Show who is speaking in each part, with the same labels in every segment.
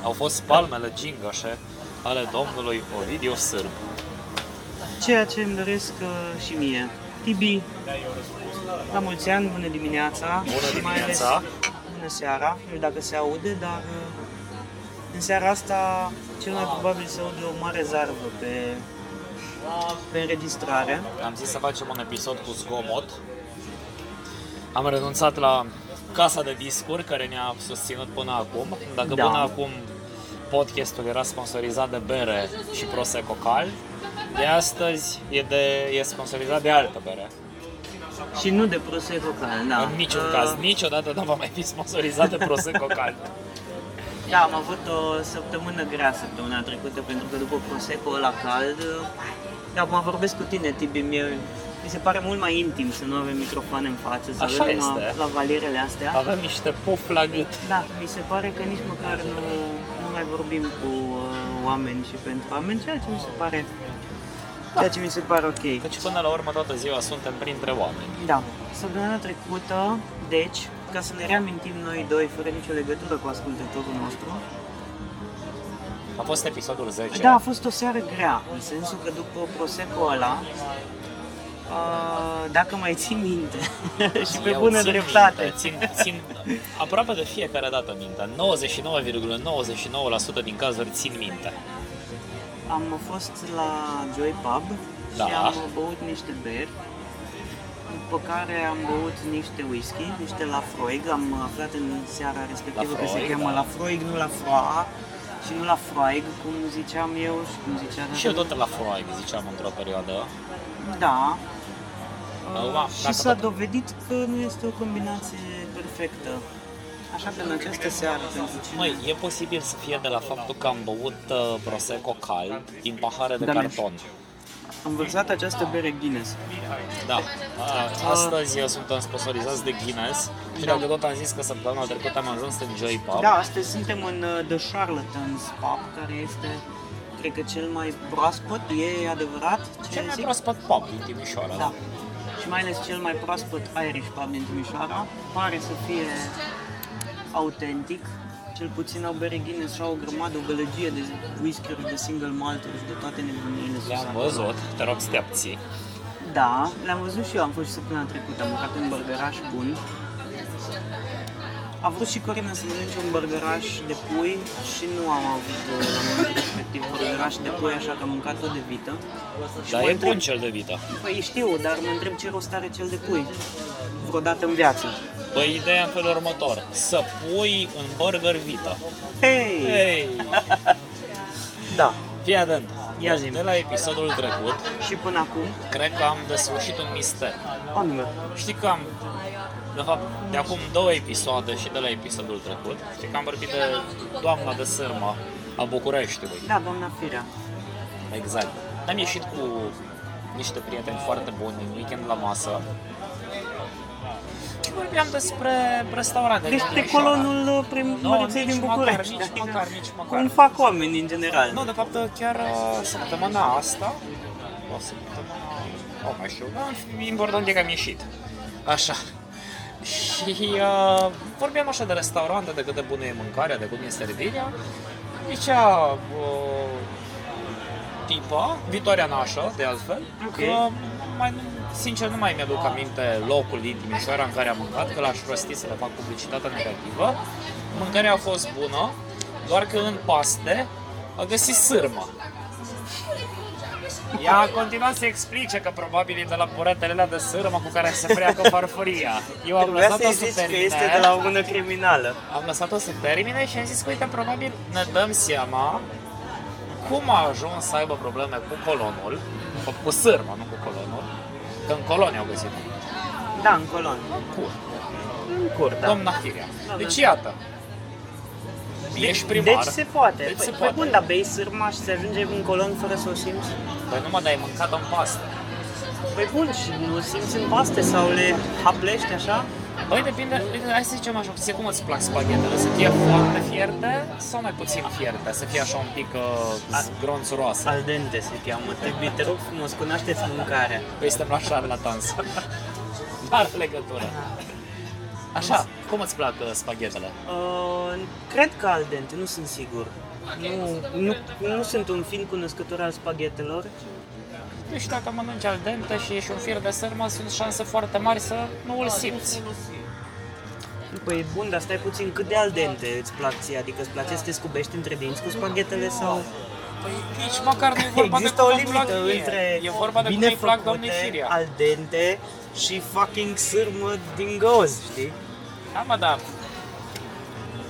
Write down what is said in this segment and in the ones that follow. Speaker 1: frumos palmele gingașe ale domnului Ovidiu Sârb.
Speaker 2: Ceea ce îmi doresc uh, și mie. Tibi, la mulți ani, bună dimineața!
Speaker 1: Bună
Speaker 2: și mai ales
Speaker 1: dimineața!
Speaker 2: Bună seara! Nu știu dacă se aude, dar uh, în seara asta cel mai probabil se aude o mare zarvă pe, pe înregistrare.
Speaker 1: Am zis să facem un episod cu zgomot. Am renunțat la casa de discuri care ne-a susținut până acum. Dacă
Speaker 2: Da.
Speaker 1: până acum podcastul era sponsorizat de bere și prosecco cald, de astăzi e, de, e sponsorizat de altă bere.
Speaker 2: Și nu de prosecco care, da.
Speaker 1: În niciun
Speaker 2: Uh,
Speaker 1: caz, niciodată nu va mai fi sponsorizat de prosecco cald.
Speaker 2: Da, am avut o săptămână grea săptămâna trecută pentru că după Prosecco la cald, da, acum vorbesc cu tine, Tibi, mie, mi se pare mult mai intim să nu avem microfoane în față, să
Speaker 1: Așa
Speaker 2: avem la,
Speaker 1: este.
Speaker 2: la valierele astea.
Speaker 1: Avem niște puf la gât.
Speaker 2: Da, mi se pare că nici măcar nu, nu mai vorbim cu uh, oameni și pentru oameni, ceea ce mi se pare,
Speaker 1: Da.
Speaker 2: ceea ce mi se pare ok.
Speaker 1: Deci până la urmă toată ziua suntem printre oameni.
Speaker 2: Da. Săptămâna trecută, deci, ca să ne reamintim noi doi, fără nicio legătură cu ascultătorul nostru,
Speaker 1: A fost episodul 10.
Speaker 2: Da, a fost o seară grea, în sensul că după Prosecco ăla, uh, dacă mai țin minte și pe
Speaker 1: Eu
Speaker 2: bună
Speaker 1: țin
Speaker 2: dreptate,
Speaker 1: Minte, țin, țin aproape de fiecare dată minte. 99,99% din cazuri țin minte.
Speaker 2: am fost la Joy Pub
Speaker 1: Da.
Speaker 2: și am băut niște beri, după care am băut niște whisky, niște Lafroig, am aflat în seara respectivă că se
Speaker 1: Lafroig,
Speaker 2: cheamă
Speaker 1: da.
Speaker 2: Lafroig, nu Lafroa, și nu la Froig, cum ziceam eu și cum zicea
Speaker 1: Și eu tot la Freud, ziceam într-o perioadă.
Speaker 2: Da.
Speaker 1: Acum,
Speaker 2: Uh,
Speaker 1: dacă
Speaker 2: și s-a
Speaker 1: tot-
Speaker 2: dovedit că nu este o combinație perfectă. Așa că în această seară, pentru cine...
Speaker 1: Măi, e posibil să fie de la faptul că am băut uh, prosecco cald din pahare de
Speaker 2: Da,
Speaker 1: carton.
Speaker 2: am vărsat această bere Guinness.
Speaker 1: Da. A, Astăzi eu suntem sponsorizați de Guinness și dacă tot am zis că săptămâna trecută am ajuns în Joy Pub.
Speaker 2: Da, astăzi suntem în uh, The Charlatans Pub, care este, cred că, cel mai proaspăt, e adevărat ce
Speaker 1: Cel mai
Speaker 2: zic?
Speaker 1: proaspăt pub din Timișoara.
Speaker 2: Da. Și mai ales cel mai proaspăt Irish pub din Timișoara. Pare să fie autentic. Cel puțin au bere Guinness și au o grămadă, o gălăgie de whisky de single malt și de toate nebuniile sus
Speaker 1: Le-am
Speaker 2: acolo.
Speaker 1: văzut, te rog să te abții.
Speaker 2: Da, le-am văzut și eu, am fost și săptămâna trecută, am mâncat un burgeraș bun. A vrut și Corina să mănânce un burgeraș de pui și nu am avut uh, la momentul respectiv burgeraș de pui, așa că am mâncat-o de vită. Și
Speaker 1: Dar
Speaker 2: mă
Speaker 1: e
Speaker 2: întreb-
Speaker 1: bun cel de vită.
Speaker 2: Păi știu, dar mă întreb ce rost are cel de pui vreodată în viață.
Speaker 1: Păi ideea în felul următor, să pui în burger vită.
Speaker 2: Hei!
Speaker 1: Hei!
Speaker 2: Da.
Speaker 1: Fii atent!
Speaker 2: Ia zi-mi.
Speaker 1: De la episodul trecut,
Speaker 2: Și până acum,
Speaker 1: cred că am deslușit un mister.
Speaker 2: anume,
Speaker 1: Știi că am, de fapt, de acum două episoade și de la episodul trecut, știi că am vorbit de doamna de sârmă a Bucureștiului.
Speaker 2: da, doamna Firea.
Speaker 1: Exact. Am ieșit cu niște prieteni foarte buni în weekend la masă. Și vorbeam despre restaurante.
Speaker 2: Deci
Speaker 1: din
Speaker 2: pe
Speaker 1: Timișoara.
Speaker 2: colonul prim
Speaker 1: Nu,
Speaker 2: măriței
Speaker 1: nici
Speaker 2: din
Speaker 1: măcar,
Speaker 2: București.
Speaker 1: nici
Speaker 2: da.
Speaker 1: măcar, nici măcar.
Speaker 2: Cum fac oamenii în general?
Speaker 1: Nu, de fapt, chiar uh, săptămâna asta, o săptămână, nu mai știu, da, important e că am ieșit. Așa. Și uh, vorbeam așa de restaurante, de cât de bună e mâncarea, de cum e servirea. Zicea uh, tipa, viitoarea nașă, de altfel,
Speaker 2: Ok.
Speaker 1: că mai, nu- sincer nu mai mi-aduc aminte locul din Timișoara în care am mâncat, că l-aș rosti să le fac publicitatea negativă. Mâncarea a fost bună, doar că în paste a găsit sârmă. Ea a continuat să explice că probabil e de la buretele alea de sârmă cu care se freacă farfuria. Eu am
Speaker 2: Trebuia
Speaker 1: lăsat-o
Speaker 2: să-i
Speaker 1: să
Speaker 2: zici că
Speaker 1: termine.
Speaker 2: este de la o mână criminală.
Speaker 1: Am lăsat-o să termine și am zis că, uite, probabil ne dăm seama cum a ajuns să aibă probleme cu colonul, cu- cu sârma, nu cu colonul, că în colon au găsit
Speaker 2: Da, în colon.
Speaker 1: cur,
Speaker 2: În cur, da.
Speaker 1: doamna Firea.
Speaker 2: Da,
Speaker 1: Deci
Speaker 2: da.
Speaker 1: iată, ești primar,
Speaker 2: Deci se poate.
Speaker 1: Deci
Speaker 2: păi,
Speaker 1: se
Speaker 2: păi
Speaker 1: poate.
Speaker 2: bun, dar bei sârma și se ajunge în colon fără să o simți?
Speaker 1: păi numai de ai mâncat în pastă.
Speaker 2: Păi bun, și nu simți în paste sau le haplești așa?
Speaker 1: Băi, Păi depinde, uite, hai să zicem așa, ție cum îți plac spaghetele, să fie foarte fierte sau mai puțin fierte, să fie așa un pic uh, gronțuroasă.
Speaker 2: Al dente se cheamă. Trebuie, te rog frumos, cunoașteți mâncarea.
Speaker 1: Păi suntem la șarlatans. Dar legătură. Așa, Cum îți plac uh, spaghetele?
Speaker 2: Uh, cred că al dente, nu sunt sigur. Nu, nu, nu sunt un fin cunoscător al spaghetelor.
Speaker 3: Deci dacă mănânci al dente și ești un fir de sârmă, sunt șanse foarte mari să nu îl simți.
Speaker 2: Păi bun, dar stai puțin, cât de al dente îți plac ție? Adică îți place să te scubești între dinți cu spaghetele sau...
Speaker 3: Păi nici măcar nu e vorba de
Speaker 2: Există o
Speaker 3: cum îi plac
Speaker 2: limită
Speaker 3: mie.
Speaker 2: între
Speaker 3: E vorba de
Speaker 2: bine
Speaker 3: cum îi plac
Speaker 2: făcute,
Speaker 3: doamnei Firia.
Speaker 2: al dente și fucking sârmă din găuz, știi?
Speaker 3: Da, mă, da.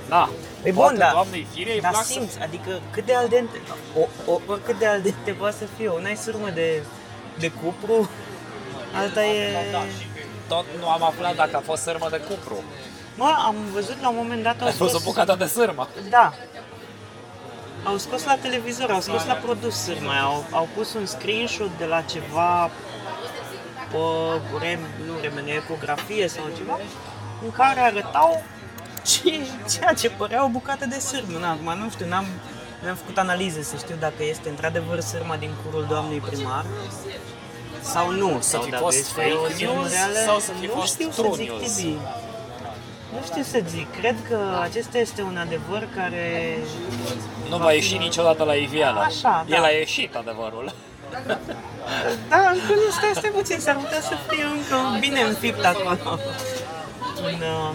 Speaker 3: Da.
Speaker 2: Păi bun,
Speaker 3: Poate
Speaker 2: da.
Speaker 3: Doamnei Firia îi
Speaker 2: Dar
Speaker 3: plac să...
Speaker 2: simți, adică cât de al dente, o, o, oricât de al dente poate să fie, una e sârmă de, de cupru, alta e...
Speaker 3: Da, Tot nu am aflat dacă a fost sârmă de cupru.
Speaker 2: Mă, am văzut la un moment dat, au
Speaker 3: A fost o
Speaker 2: scos...
Speaker 3: bucată de sârmă.
Speaker 2: Da. Au scos la televizor, au scos la produs sârma, au, au pus un screenshot de la ceva pă, rem, nu remene, ecografie sau ceva, în care arătau ce, ceea ce părea o bucată de sârmă. Na, acum nu știu, n-am, n-am făcut analize să știu dacă este într-adevăr sârma din curul doamnei primar sau nu. sau
Speaker 1: fi
Speaker 2: dacă
Speaker 1: fost
Speaker 2: este
Speaker 1: fake
Speaker 2: o sârmă
Speaker 1: news
Speaker 2: reală.
Speaker 1: sau să fi
Speaker 2: nu
Speaker 1: fost
Speaker 2: știu
Speaker 1: true
Speaker 2: să zic,
Speaker 1: news?
Speaker 2: Tibi. Nu știu să zic, cred că acesta este un adevăr care...
Speaker 1: Nu va ieși niciodată la iveală.
Speaker 2: Așa, da.
Speaker 1: El a ieșit adevărul.
Speaker 2: Da, încă nu stai, stai puțin, s-ar putea să fie încă bine înfipt acolo. În, uh,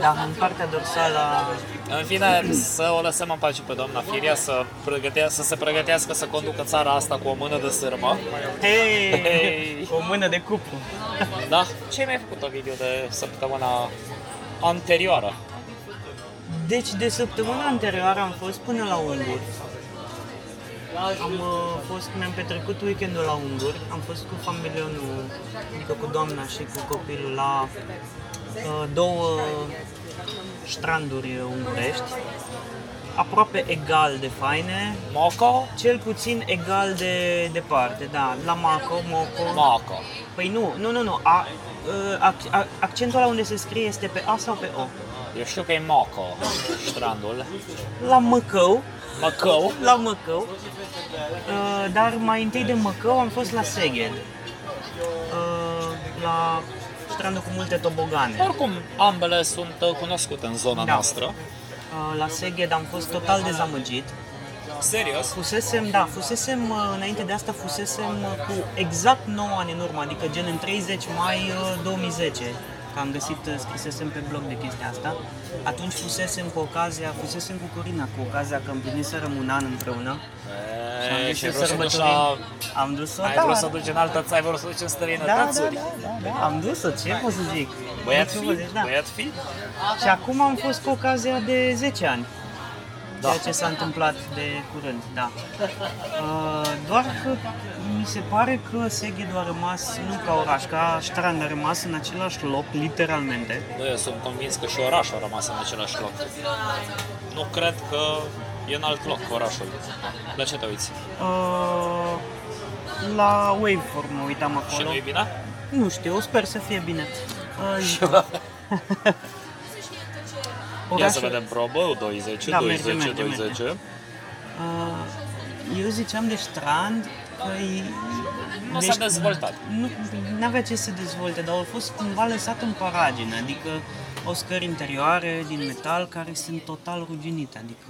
Speaker 2: da, în partea dorsală a-
Speaker 1: În fine, să o lăsăm în pace pe doamna Firia să, pregătea, să se pregătească să conducă țara asta cu o mână de sârmă.
Speaker 2: Hei,
Speaker 1: Hei.
Speaker 2: o mână de cupru.
Speaker 1: Da? Ce mi-ai făcut o video de săptămâna anterioară?
Speaker 2: Deci de săptămâna anterioară am fost până la Ungur. Am uh, fost, mi-am petrecut weekendul la Ungur. Am fost cu familionul, adică cu doamna și cu copilul la uh, două stranduri ungurești. Aproape egal de faine,
Speaker 1: Moco?
Speaker 2: cel puțin egal de departe, da. La Maco, Moco.
Speaker 1: Moco.
Speaker 2: Păi nu, nu, nu, nu. A, uh, ac- a- accentul la unde se scrie este pe A sau pe O?
Speaker 1: Eu știu că e Moco, strandul.
Speaker 2: La Măcău,
Speaker 1: Măcău?
Speaker 2: la Măcău, Uh, dar mai întâi de Măcău am fost la Seged, Uh, la strandul cu multe tobogane.
Speaker 1: Oricum, ambele sunt uh, cunoscute în zona
Speaker 2: Da.
Speaker 1: noastră.
Speaker 2: Uh, La Seged am fost total dezamăgit.
Speaker 1: Serios?
Speaker 2: Fusesem, da, fusesem, uh, înainte de asta fusesem uh, cu exact 9 ani în urmă, adică gen în 30 mai uh, 2010. Că am găsit, uh, scrisesem pe blog de chestia asta. Atunci fusesem cu ocazia, fusesem cu Corina cu ocazia că împliniserăm un an împreună. Și am
Speaker 1: E,
Speaker 2: dus
Speaker 1: și
Speaker 2: să
Speaker 1: vrut să duci la...
Speaker 2: sărbătorim. Am dus-o,
Speaker 1: Ai
Speaker 2: da,
Speaker 1: vrut să duci în altă țară, ai vrut să duci în
Speaker 2: da,
Speaker 1: străinătăți?
Speaker 2: da, da, da, da, am dus-o, ce pot să zic?
Speaker 1: Băiat
Speaker 2: Ce
Speaker 1: fi,
Speaker 2: pot să zic, da.
Speaker 1: băiat fi.
Speaker 2: Și acum am fost cu ocazia de 10 ani.
Speaker 1: Da.
Speaker 2: Da. Ceea ce s-a întâmplat de curând, da. Uh, Doar că mi se pare că Seghedul a rămas, nu ca oraș, ca ștrand a rămas în același loc, literalmente.
Speaker 1: Nu, eu sunt convins că și orașul a rămas în același loc. Nu cred că e în alt loc orașul. La ce te uiți?
Speaker 2: Uh, La waveform mă uitam
Speaker 1: Și
Speaker 2: acolo.
Speaker 1: nu e bine?
Speaker 2: Nu știu, sper să fie bine. Uh,
Speaker 1: Ia să
Speaker 2: orașul-
Speaker 1: vedem probă, 20,
Speaker 2: Da,
Speaker 1: 20,
Speaker 2: merge, merge,
Speaker 1: 20.
Speaker 2: Uh, Eu ziceam de strand că e-
Speaker 1: Nu
Speaker 2: de
Speaker 1: s-a
Speaker 2: șt-
Speaker 1: dezvoltat.
Speaker 2: Nu avea ce să se dezvolte, dar au fost cumva lăsat în paragină, adică o scări interioare din metal care sunt total ruginite, adică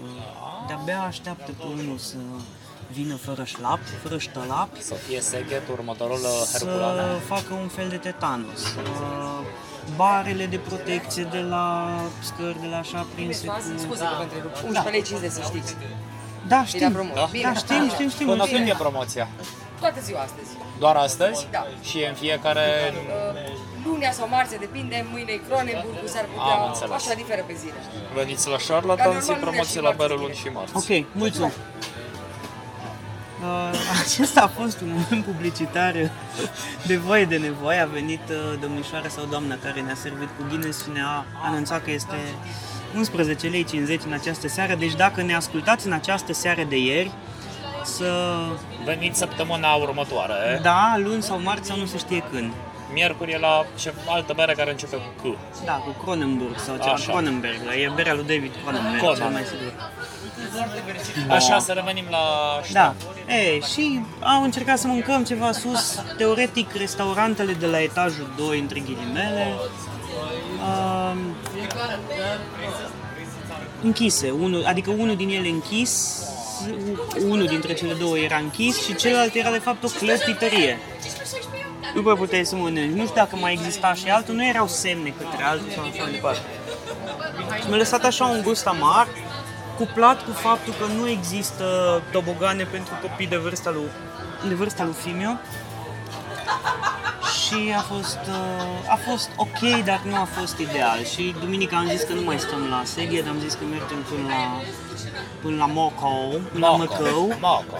Speaker 2: de-abia așteaptă pe unul să vină fără șlap, fără ștălap,
Speaker 1: Să fie Seghet următorul
Speaker 2: să
Speaker 1: Uh, Herculane.
Speaker 2: facă un fel de tetanus. Uh, Barele de protecție de la scări, de la așa prinse cu...
Speaker 1: Da.
Speaker 4: Scuze că vă întrerup. 11 lei 50 să știți.
Speaker 2: Da,
Speaker 4: Era
Speaker 2: știm,
Speaker 4: promo.
Speaker 2: da, știm, știm, știm.
Speaker 1: Până
Speaker 2: știm.
Speaker 1: când e promoția?
Speaker 4: Toată ziua astăzi.
Speaker 1: Doar astăzi?
Speaker 4: Da.
Speaker 1: Și e în fiecare...
Speaker 4: Uh, Lunea sau marțea, depinde, mâine e Cronenburg, s-ar
Speaker 1: Am
Speaker 4: putea,
Speaker 1: înțeles.
Speaker 4: așa diferă pe zile.
Speaker 1: Veniți la
Speaker 4: Dar
Speaker 1: Charlatan
Speaker 4: normal
Speaker 1: și
Speaker 4: nu ne
Speaker 1: promoții la
Speaker 4: așteptați
Speaker 1: bere
Speaker 4: în
Speaker 1: luni
Speaker 4: direct.
Speaker 1: și marți.
Speaker 2: Ok, mulțumim. Uh, acesta a fost un moment publicitar de voie de nevoie. A venit uh, domnișoara sau doamna care ne-a servit cu Guinness și ne-a anunțat că este 11 lei 50 în această seară. Deci dacă ne ascultați în această seară de ieri, să...
Speaker 1: Veniți săptămâna următoare.
Speaker 2: Da, luni sau marți sau nu se știe când.
Speaker 1: Miercuri e la ce altă bere care începe cu C.
Speaker 2: Da, cu Cronenberg sau ceva.
Speaker 1: Așa.
Speaker 2: Cronenberg, la- e berea lui David Cronenberg,
Speaker 1: Conan.
Speaker 2: cel mai sigur.
Speaker 1: Așa, să revenim la
Speaker 2: Da. E, și am încercat să mâncăm ceva sus, teoretic restaurantele de la etajul 2, între ghilimele. Um, închise, unul, adică unul din ele închis, u- unul dintre cele două era închis și celălalt era de fapt o clătitărie. Nu prea puteai să mănânci. Nu știu dacă mai exista și altul, nu erau semne către altul sau așa mai departe. Și mi-a lăsat așa un gust amar, cuplat cu faptul că nu există tobogane pentru copii de vârsta lui, de vârsta lui Fimio. Și a fost, uh, a fost ok, dar nu a fost ideal. Și duminica am zis că nu mai stăm la Seghe, dar am zis că mergem până la, până la Mocou, până la Măcău.
Speaker 1: Moco.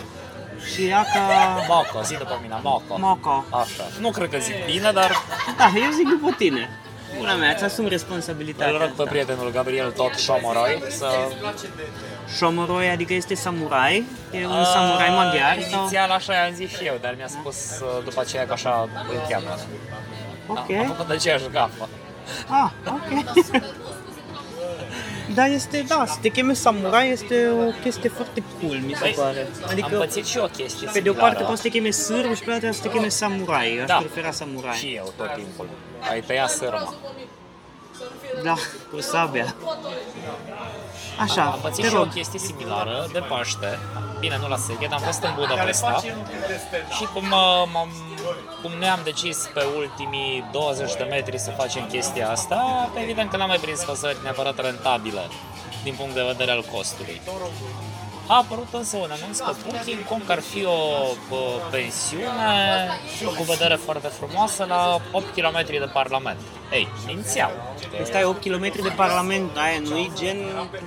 Speaker 2: Și ea ca...
Speaker 1: Moco, zi după mine, Moco.
Speaker 2: Moco.
Speaker 1: Așa. Nu cred că zic bine, dar
Speaker 2: Da, eu zic după tine. Bună mea, ți-asum responsabilitatea
Speaker 1: îl rog pe
Speaker 2: asta.
Speaker 1: prietenul Gabriel tot Șomoroi să...
Speaker 2: Shomoroi, adică este samurai, e un
Speaker 1: A,
Speaker 2: samurai maghiar sau...
Speaker 1: uh, Inițial așa i-am zis și eu, dar mi-a spus uh, după aceea că așa îl cheamă.
Speaker 2: Ok,
Speaker 1: Am făcut aceeași gafă.
Speaker 2: ah, ok. Dar este, da, să te cheme samurai este o chestie foarte cool, mi se
Speaker 1: Păi,
Speaker 2: pare.
Speaker 1: Adică, am
Speaker 2: Adică,
Speaker 1: pățit și eu chestii
Speaker 2: pe de o parte poți să te cheme sârb și pe de alta să te cheme samurai. Aș
Speaker 1: Da.
Speaker 2: prefera samurai.
Speaker 1: Și eu tot timpul. Ai tăiat sârma.
Speaker 2: Da, cu sabia. Așa,
Speaker 1: Am pățit
Speaker 2: te
Speaker 1: și eu o
Speaker 2: rog.
Speaker 1: chestie similară de Paște. Bine, nu la Seged, am fost în Budapesta. Și cum, uh, m-am, cum noi am decis pe ultimii 20 de metri să facem chestia asta, evident că n-am mai prins păsări neapărat rentabile din punct de vedere al costului. A apărut însă un anunț pe Booking.com că ar fi o bă, pensiune cu vedere foarte frumoasă la 8 km de Parlament. Ei, mințeau.
Speaker 2: Stai 8 km de parlament, aia nu gen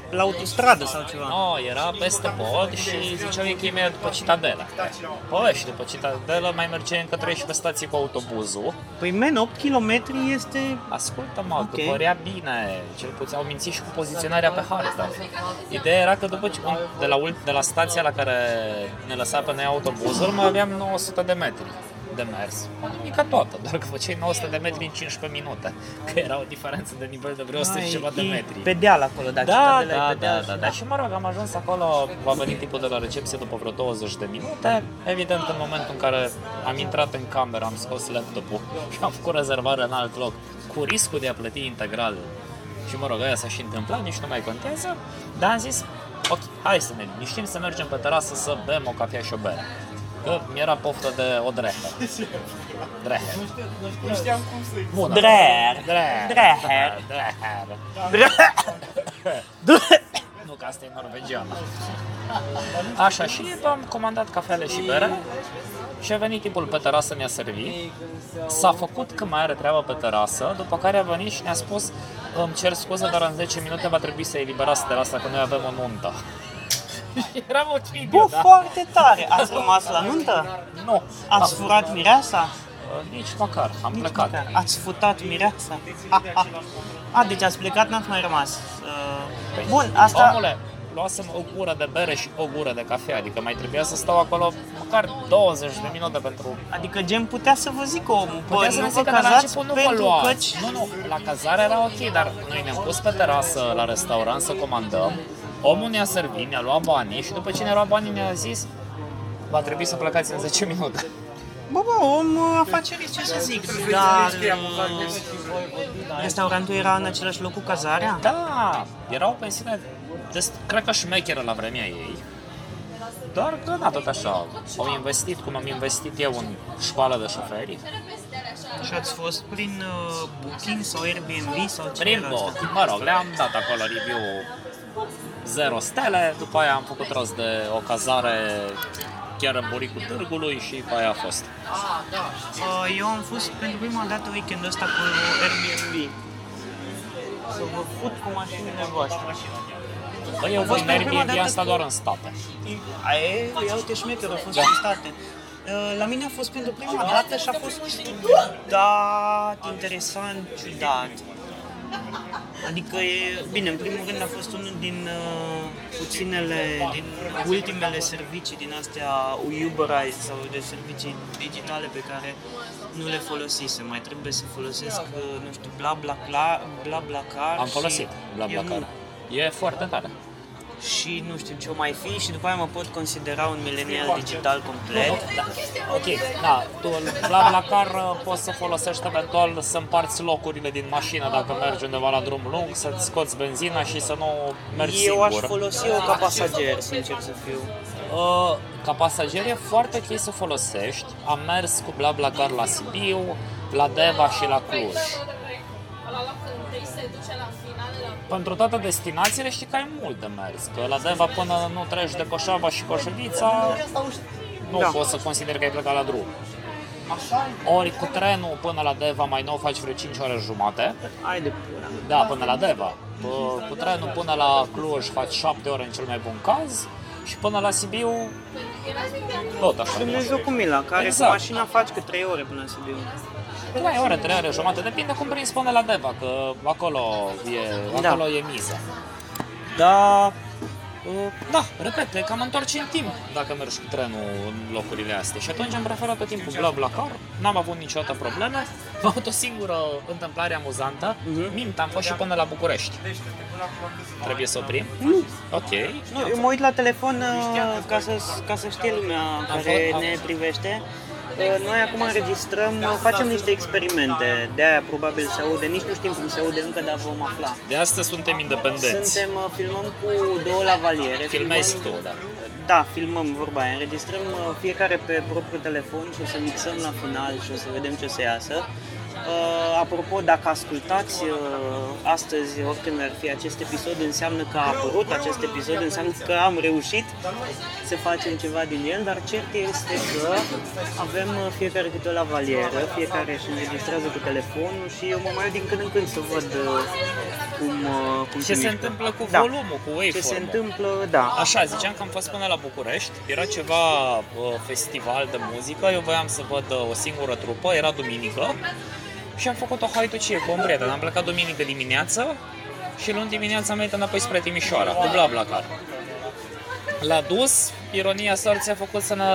Speaker 2: la autostradă sau ceva.
Speaker 1: No, era peste pod și ziceau ei că e mai după Citadela. Păi, și după Citadela mai merge încă 13 stații cu autobuzul.
Speaker 2: Păi men, 8 km este...
Speaker 1: Ascultă-mă,
Speaker 2: Ok.
Speaker 1: okay. părea bine, cel puțin au mințit și cu poziționarea pe hartă. Ideea era că după ce, de, la, ul- de la stația la care ne lăsa pe noi autobuzul, mai aveam 900 de metri de mers. O nimica toată, doar că făceai 900 de metri în 15 minute, că era o diferență de nivel de vreo 100 și ceva de
Speaker 2: e
Speaker 1: metri.
Speaker 2: Pe deal acolo, da,
Speaker 1: Da,
Speaker 2: Citadela e
Speaker 1: da,
Speaker 2: pe
Speaker 1: da,
Speaker 2: deal.
Speaker 1: da, da. Și mă rog, am ajuns acolo, va veni tipul de la recepție după vreo 20 de minute. Evident, în momentul în care am intrat în cameră, am scos laptopul și am făcut rezervare în alt loc, cu riscul de a plăti integral. Și mă rog, aia s-a și întâmplat, nici nu mai contează. Dar am zis, ok, hai să ne liniștim, să mergem pe terasă să bem o cafea și o bere. Că mi-era poftă de o drehă. Drehă.
Speaker 5: Nu știam cum să-i
Speaker 1: Bună.
Speaker 2: Dreher.
Speaker 1: Dreher.
Speaker 2: Dreher.
Speaker 1: Dreher.
Speaker 2: Da.
Speaker 1: Nu, că asta e norvegiană. Așa, și am comandat cafele și bere și a venit tipul pe terasă, ne-a servit. S-a făcut că mai are treabă pe terasă, după care a venit și ne-a spus îmi cer scuze, dar în 10 minute va trebui să eliberați terasa, că noi avem o nuntă. Și Eram o
Speaker 2: Bă,
Speaker 1: cidiu, da?
Speaker 2: foarte tare! Ați rămas la nuntă?
Speaker 1: Nu,
Speaker 2: Ați
Speaker 1: Am- uh,
Speaker 2: furat mireasa?
Speaker 1: nici măcar, am
Speaker 2: Nici
Speaker 1: plecat.
Speaker 2: măcar. Ați futat mireasa? Ha, ha. A, deci ați plecat, n-ați mai rămas. Uh, Bun, asta...
Speaker 1: Păi, Omule, luasem o gură de bere și o gură de cafea, adică mai trebuia să stau acolo măcar 20 de minute pentru
Speaker 2: Adică gen putea să vă zic omul,
Speaker 1: Putea
Speaker 2: bă,
Speaker 1: să
Speaker 2: Păi, nu
Speaker 1: ne
Speaker 2: vă
Speaker 1: zică, dar la
Speaker 2: cazați
Speaker 1: început nu vă
Speaker 2: pentru
Speaker 1: luați.
Speaker 2: căci...
Speaker 1: Nu, nu, la cazare era ok, dar noi ne-am pus pe terasă la restaurant să comandăm. Omul ne-a servit, ne-a luat banii și după ce ne-a luat banii ne-a zis va trebui să plecați în 10 minute.
Speaker 2: Bă, bă, om afacerist, ce să zic, dar... uh, Restaurantul era în același loc cu cazarea?
Speaker 1: Da, era o pensiune, des, cred că șmecheră la vremea ei. Doar că, da, tot așa, au investit cum am investit eu în școală de șoferi.
Speaker 2: Și ați fost prin uh, Booking sau Airbnb sau ce
Speaker 1: Prin
Speaker 2: era asta?
Speaker 1: Booking, mă rog, le-am dat acolo review 0 stele, după aia am făcut rost de o cazare chiar în buricul târgului și pe aia a fost.
Speaker 2: Uh, eu am fost pentru prima dată weekendul ăsta cu Airbnb. Să vă fut cu mașinile voastre.
Speaker 1: Băi, Păi, eu
Speaker 2: A fost
Speaker 1: văd
Speaker 2: pentru prima
Speaker 1: Airbnb
Speaker 2: dată
Speaker 1: asta
Speaker 2: cu-
Speaker 1: doar în state.
Speaker 2: Aie, ia uite șmecherul, a fost
Speaker 1: Da.
Speaker 2: în state. Uh, La mine a fost pentru prima dată și a fost ciudat, interesant, ciudat. Adică, e, bine, în primul rând a fost unul din uh, puținele, din ultimele servicii din astea Uberize sau de servicii digitale pe care nu le folosisem. Mai trebuie să folosesc, uh, nu știu, bla bla bla, bla bla car.
Speaker 1: Am folosit
Speaker 2: și eu nu.
Speaker 1: BlaBlaCar. E foarte tare.
Speaker 2: și nu știu ce o mai fi și după aia mă pot considera un milenial digital complet.
Speaker 1: Da. Ok, da, tu, la, la car uh, poți să folosești eventual să împarți locurile din mașină dacă mergi undeva la drum lung, să-ți scoți benzina și să nu mergi
Speaker 2: Eu aș
Speaker 1: singur.
Speaker 2: folosi-o ca pasager, sincer să fiu.
Speaker 1: Uh, ca pasager e foarte ok să folosești. Am mers cu BlaBlaCar la Sibiu, la Deva și la Cluj. Pentru toate destinațiile știi că ai mult de mers, că la Deva până nu treci de Coșava și Coșevița, nu
Speaker 2: Da.
Speaker 1: poți să consideri că ai plecat la drum. Ori cu trenul până la Deva mai nou faci vreo 5 ore jumate.
Speaker 2: Ai de pura. mea.
Speaker 1: Da, până la Deva. Pă- Cu trenul până la Cluj faci 7 ore în cel mai bun caz și până la Sibiu tot așa.
Speaker 2: Dumnezeu cu mila, care
Speaker 1: Exact.
Speaker 2: cu mașina faci cât 3 ore până la Sibiu.
Speaker 1: 3 ore, 3 ore jumate, depinde cum prinzi până la Deva, că acolo e,
Speaker 2: Da.
Speaker 1: acolo e miza. Da, da, repet, te cam întorci în timp dacă mergi cu trenul în locurile astea. Și atunci am preferat tot timpul BlaBlaCar, n-am avut niciodată probleme. Am avut o singură întâmplare amuzantă.
Speaker 2: Mhm.
Speaker 1: Mint, am fost și până la București. Trebuie să oprim? Ok.
Speaker 2: Nu, eu mă uit la telefon uh, ca să, ca să știe lumea care
Speaker 1: fost-
Speaker 2: ne privește. Uh, Noi acum înregistrăm, uh, facem niște experimente, de-aia probabil se aude, nici nu știm cum se aude încă, dar vom afla.
Speaker 1: De astăzi suntem independenți.
Speaker 2: Suntem, uh, filmăm cu două lavaliere.
Speaker 1: Filmezi tu,
Speaker 2: filmăm-
Speaker 1: da.
Speaker 2: Da, filmăm vorba aia, înregistrăm uh, fiecare pe propriul telefon și o să mixăm la final și o să vedem ce o să iasă. Uh, apropo, dacă ascultați uh, astăzi, oricând ar fi acest episod, înseamnă că a apărut acest episod, înseamnă că am reușit să facem ceva din el, dar cert este că avem uh, fiecare câte o lavalieră, fiecare își înregistrează cu telefonul și eu mă mai uit din când în când să văd uh, cum, uh, cum
Speaker 1: Ce se
Speaker 2: mișcă.
Speaker 1: întâmplă cu
Speaker 2: Da.
Speaker 1: volumul, cu
Speaker 2: Ce se
Speaker 1: waveform-ul?
Speaker 2: întâmplă, da.
Speaker 1: Așa, ziceam că am fost până la București, era ceva uh, festival de muzică, eu voiam să văd uh, o singură trupă, era duminică și am făcut o haitucie cu un prieten. Am plecat duminică dimineață și luni dimineața am venit înapoi spre Timișoara, cu BlaBlaCar. L-a dus, ironia sorții a făcut să ne,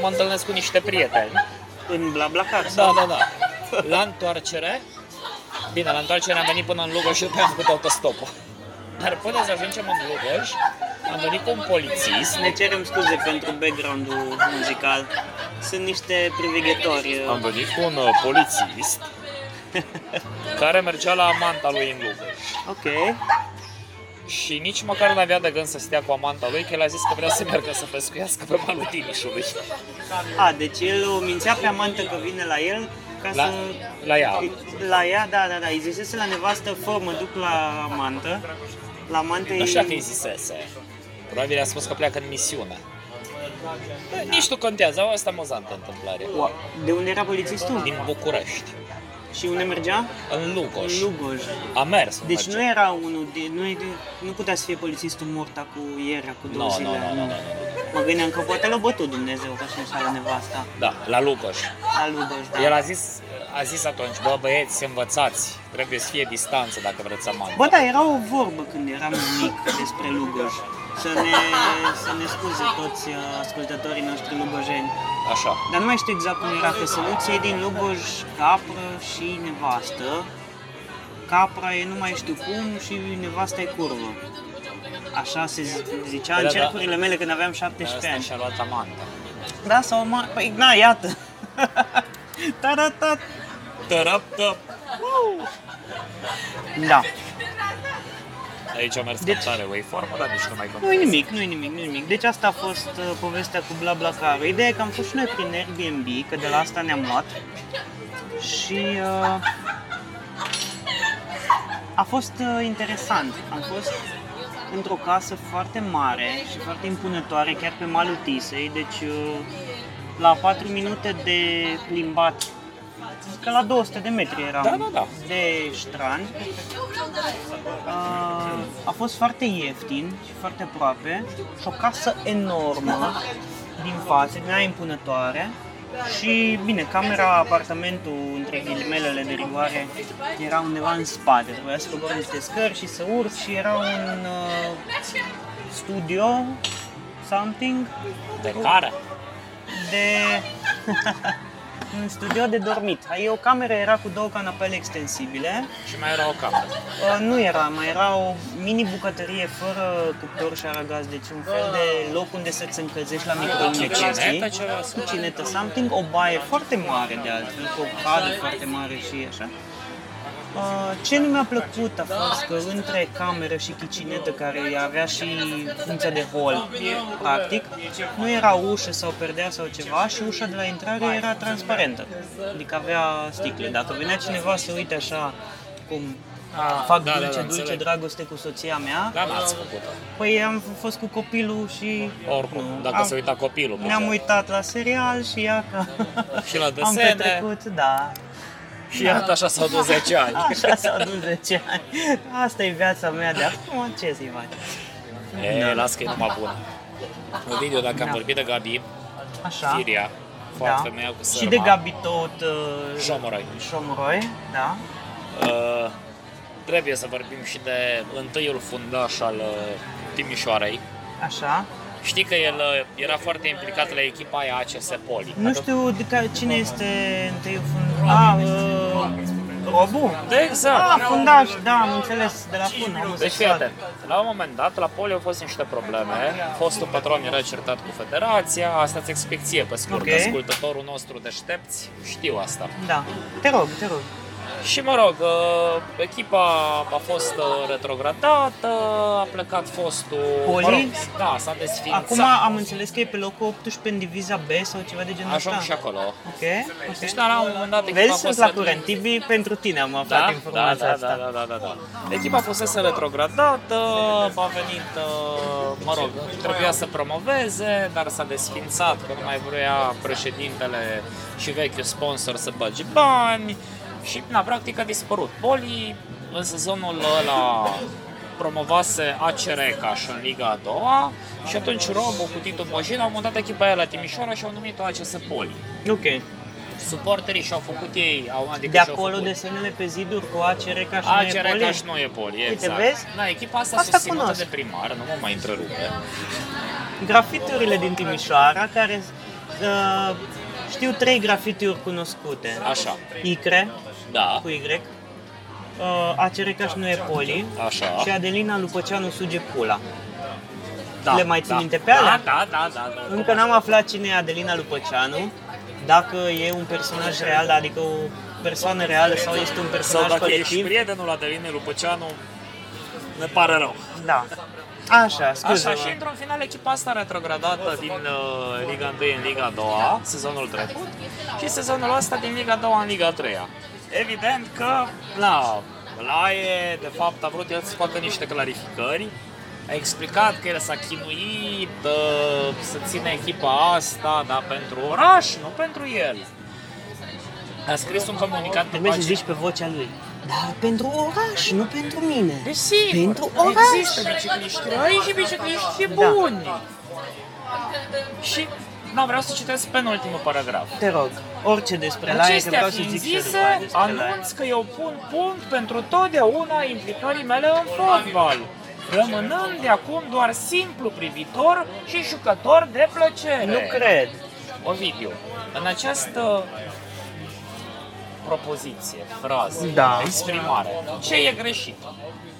Speaker 1: mă întâlnesc cu niște prieteni.
Speaker 2: În BlaBlaCar.
Speaker 1: Da, da, da. La întoarcere, bine, la întoarcere am venit până în Lugoj și după aia am făcut autostopul. Dar până să ajungem în Lugoj, am venit cu un polițist.
Speaker 2: Ne cerem scuze pentru background-ul muzical. Sunt niște priveghetori.
Speaker 1: Am venit cu un uh, polițist care mergea la amanta lui în Lugoj.
Speaker 2: Ok.
Speaker 1: Și nici măcar n-avea de gând să stea cu amanta lui, că el a zis că vrea să meargă să pescuiască pe malul Timișului.
Speaker 2: A, deci el o mințea pe amantă că vine la el ca
Speaker 1: La,
Speaker 2: să...
Speaker 1: la ea.
Speaker 2: La ea, da, da, da. Îi zisese la nevastă, fă, mă duc la amantă. La amantă
Speaker 1: Nu știa că îi zisese. Probabil a spus că pleacă în misiune. Da, Nici nu contează, au asta amuzantă întâmplare.
Speaker 2: Ua, De unde era polițistul?
Speaker 1: Din București,
Speaker 2: Și unde mergea?
Speaker 1: în Lugoj.
Speaker 2: În Lugoj.
Speaker 1: A mers.
Speaker 2: Deci nu era unul de... Nu, e de- nu putea să fie polițistul mort cu ieri, cu două
Speaker 1: Nu,
Speaker 2: zile.
Speaker 1: nu, nu, nu, nu.
Speaker 2: Mă gândeam că poate l-a bătut Dumnezeu că și-mi sale nevasta.
Speaker 1: Da, la Lugoj.
Speaker 2: La Lugoj, da.
Speaker 1: El a zis, a zis atunci, bă băieți, învățați, trebuie să fie distanță dacă vreți să mă
Speaker 2: Bă, da, era o vorbă când eram mic despre Lugoj. Să ne, să ne scuze toți uh, ascultătorii noștri lugojeni.
Speaker 1: Așa.
Speaker 2: Dar nu mai știu exact cum era că soluție din Lugoj, capră și nevastă. Capra e nu mai știu cum și nevasta e curvă. Așa se zi- zicea
Speaker 1: Da,
Speaker 2: în
Speaker 1: da.
Speaker 2: cercurile mele când aveam
Speaker 1: Deci
Speaker 2: 17
Speaker 1: asta
Speaker 2: ani.
Speaker 1: și-a luat amanta.
Speaker 2: Da, sau mai... Păi, na, iată! Taratat!
Speaker 1: Tărăptă!
Speaker 2: Da.
Speaker 1: Aici a mers deci... tare waveform dar nici nu mai
Speaker 2: Nu e
Speaker 1: contează.
Speaker 2: nimic, nu e nimic, nu e nimic. Deci asta a fost uh, povestea cu BlaBlaCar. Ideea e că am fost și noi prin Airbnb, că de la asta ne-am luat. Și uh, a fost uh, interesant. Am fost într-o casă foarte mare și foarte impunătoare, chiar pe malul Tisei, deci uh, la 4 minute de plimbat, că la 200 de metri eram
Speaker 1: Da, da, da.
Speaker 2: de ștrand. Uh, a fost foarte ieftin și foarte aproape și o casă enormă din față, din aia impunătoare. Și bine, camera, apartamentul, între ghilimelele de rigoare, era undeva în spate. Trebuia să cobor niște scări și să urc și era un uh, studio, something,
Speaker 1: De care?
Speaker 2: de... un studio de dormit. Ai o cameră era cu două canapele extensibile.
Speaker 1: Și mai era o cameră.
Speaker 2: Uh, nu era, mai era o mini bucătărie fără cuptor și aragaz, deci un fel de loc unde să-ți încălzești la microunde
Speaker 1: Cinetă
Speaker 2: chestii.
Speaker 1: ceva
Speaker 2: Cu
Speaker 1: sau?
Speaker 2: cinetă something, o baie foarte mare de altfel, cu o cadă foarte mare și așa. Uh, Ce nu mi-a plăcut a fost că între cameră și chicinetă, care avea și funcția de hol, practic, nu era ușă sau perdea sau ceva și ușa de la intrare era transparentă. Adică avea sticle. Dacă venea cineva să uite așa cum
Speaker 1: Ah,
Speaker 2: fac
Speaker 1: da, da,
Speaker 2: dulce,
Speaker 1: da,
Speaker 2: dulce
Speaker 1: înțeleg.
Speaker 2: dragoste cu soția mea,
Speaker 1: Da, n-ați făcut-o.
Speaker 2: păi am f- fost cu copilul și
Speaker 1: Oricum, dacă
Speaker 2: am-
Speaker 1: se uita copilul.
Speaker 2: ne-am
Speaker 1: deja.
Speaker 2: uitat la serial și ea că
Speaker 1: Și la
Speaker 2: am
Speaker 1: desene.
Speaker 2: petrecut, da,
Speaker 1: Și iată așa s-au dus 10 ani.
Speaker 2: Așa s-au dus 10 ani. Asta e viața mea de acum, ce să-i faci?
Speaker 1: E, las că e numai bun. Ovidiu, dacă am
Speaker 2: Da.
Speaker 1: vorbit de Gabi,
Speaker 2: Așa.
Speaker 1: Siria, da. femeia cu
Speaker 2: Și
Speaker 1: sărma,
Speaker 2: de Gabi tot uh,
Speaker 1: Jomoroi.
Speaker 2: Șomroi, da.
Speaker 1: Uh, trebuie să vorbim și de întâiul fundaș al uh, Timișoarei.
Speaker 2: Așa.
Speaker 1: Știi că el uh, era foarte implicat la echipa aia ACS Poli.
Speaker 2: Nu știu de care, cine este întâi fund... A, uh, Robu?
Speaker 1: De exact!
Speaker 2: Ah, fundaș, da, am înțeles, de la fund, am
Speaker 1: Deci fii atent. La un moment dat, la Poli au fost niște probleme. Fostul patron era certat cu federația, asta ți explic ție pe scurt.
Speaker 2: Ok.
Speaker 1: Ascultătorul nostru deștepți știu asta.
Speaker 2: Da, te rog, te rog.
Speaker 1: Și mă rog, uh, echipa a fost uh, retrogradată, a plecat fostul...
Speaker 2: Poli?
Speaker 1: Mă rog, da, s-a desfințat.
Speaker 2: Acum am înțeles că e pe locul 18 în diviza B sau ceva de genul ăsta.
Speaker 1: Ajung și acolo.
Speaker 2: Ok,
Speaker 1: Deci,
Speaker 2: ok.
Speaker 1: dar la un moment dat echipa
Speaker 2: Vezi,
Speaker 1: a
Speaker 2: sunt
Speaker 1: fost
Speaker 2: la
Speaker 1: retro-
Speaker 2: curent. TV pentru tine am aflat
Speaker 1: Da, da,
Speaker 2: informația
Speaker 1: da,
Speaker 2: asta.
Speaker 1: da, da, da, da, da. Echipa fusese retrogradată, a venit, uh, mă rog, trebuia să promoveze, dar s-a desfințat că nu mai vrea președintele și vechiul sponsor să bage bani și, na, practic a dispărut. Poli în sezonul ăla promovase ACR Caș în Liga a doua și atunci Robo cu Titu Bojin au mutat echipa aia la Timișoara și au numit-o ACS Poli.
Speaker 2: Ok.
Speaker 1: Suporterii și-au făcut ei, au, adică
Speaker 2: De
Speaker 1: și-au
Speaker 2: acolo
Speaker 1: făcut.
Speaker 2: desenele pe ziduri cu ACR ca și
Speaker 1: ACR
Speaker 2: Neapoli?
Speaker 1: Caș nu e poli, exact.
Speaker 2: vezi?
Speaker 1: Da, echipa asta,
Speaker 2: Asta
Speaker 1: susținută
Speaker 2: cunosc.
Speaker 1: de primar, nu mă mai întrerupe.
Speaker 2: Grafiturile din Timișoara, care uh, știu trei grafituri cunoscute.
Speaker 1: Așa,
Speaker 2: Icre,
Speaker 1: da,
Speaker 2: cu Y, uh, ACR Caș nu e poli,
Speaker 1: așa.
Speaker 2: și Adelina Lupăceanu suge pula.
Speaker 1: Da,
Speaker 2: le mai ții
Speaker 1: da.
Speaker 2: minte pe alea?
Speaker 1: Da, da, da, da. da.
Speaker 2: Încă n-am aflat cine e Adelina Lupăceanu, dacă e un personaj real, adică o persoană reală sau este un
Speaker 1: Sau
Speaker 2: personaj
Speaker 1: dacă ești
Speaker 2: colectiv.
Speaker 1: prietenul Adelinei Lupăceanu, ne pare rău.
Speaker 2: Da. Așa, scuze.
Speaker 1: Așa, și într-un final echipa asta retrogradată din uh, Liga 1 în Liga 2, sezonul trecut, și sezonul ăsta din Liga 2 în Liga 3. Evident că, la Laie, de fapt, a vrut el să facă niște clarificări, a explicat că el s-a chinuit uh, să țină echipa asta, dar pentru oraș, nu pentru el. A scris un comunicat pe
Speaker 2: Trebuie să
Speaker 1: pagina
Speaker 2: zici pe vocea lui. Dar pentru oraș, nu pentru mine.
Speaker 1: Desigur,
Speaker 2: Pentru oraș.
Speaker 1: există bicicliști răi și bicicliști buni. Și nu, vreau să citesc penultimul paragraf.
Speaker 2: Te rog, orice despre la că
Speaker 1: Acestea
Speaker 2: vreau să
Speaker 1: fiind
Speaker 2: zic și eu după
Speaker 1: zise,
Speaker 2: aia despre Laia.
Speaker 1: anunț că eu pun punct pentru totdeauna implicării mele în fotbal, rămânând de acum doar simplu privitor și jucător de plăcere.
Speaker 2: Nu cred.
Speaker 1: Ovidiu, în această propoziție, frază,
Speaker 2: Da.
Speaker 1: exprimare, ce e greșit?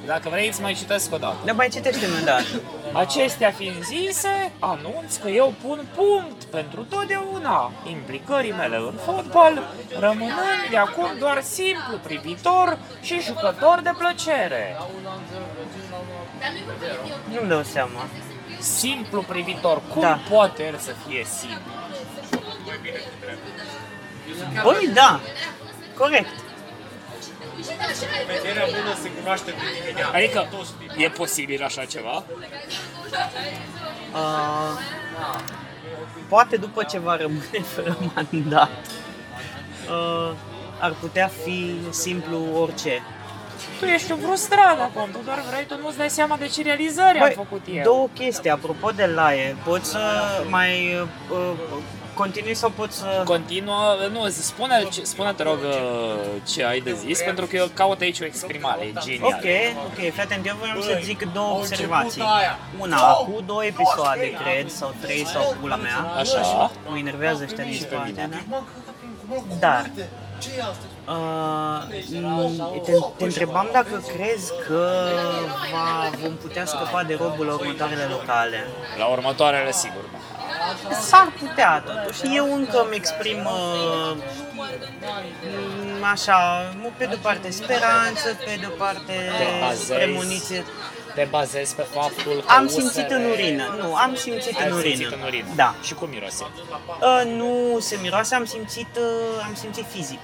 Speaker 1: Dacă vrei, îți mai citesc o dată.
Speaker 2: Dar mai citește-mi o dată.
Speaker 1: Acestea fiind zise, anunț că eu pun punct pentru totdeauna implicării mele în fotbal, rămânând de acum doar simplu privitor și jucător de plăcere.
Speaker 2: Nu-mi dau seama.
Speaker 1: Simplu privitor, cum
Speaker 2: Da.
Speaker 1: poate el să fie simplu?
Speaker 2: Băi, da. Corect.
Speaker 6: Vederea bună se cunoaște pe dimineață.
Speaker 1: Adică, e posibil așa ceva?
Speaker 2: Uh, poate după ce va rămâne fără mandat, uh, ar putea fi simplu orice.
Speaker 1: Tu ești un frustrat acum, tu doar vrei, tu nu-ți dai seama de ce realizări Păi, am făcut eu.
Speaker 2: Două chestii, apropo de laie, poți să mai uh, continui sau poți să...
Speaker 1: Continuă, nu, zi- spune, ce- spune te rog ce ai de zis, pentru că eu caut aici o exprimare, e genial.
Speaker 2: Ok, ok, fii atent, eu vreau să zic două observații.
Speaker 6: aia.
Speaker 2: Una, cu două episoade, cred, sau trei, sau pula mea.
Speaker 1: Așa.
Speaker 2: Mă enervează ăștia din spate, da? Dar uh, te, te întrebam dacă crezi că va, vom putea scăpa de robul la următoarele locale.
Speaker 1: La următoarele, sigur. nu.
Speaker 2: S-ar putea totuși. Eu încă îmi exprim uh, m- așa, m- pe de-o parte speranță, pe de-o parte
Speaker 1: Te bazezi.
Speaker 2: premoniție.
Speaker 1: Te bazezi pe faptul că
Speaker 2: Am
Speaker 1: USR
Speaker 2: simțit în urină, nu, am simțit
Speaker 1: Ai
Speaker 2: în urină.
Speaker 1: simțit în urină.
Speaker 2: Da.
Speaker 1: Și cum miroase?
Speaker 2: Uh, nu se miroase, am simțit, uh, am simțit fizic.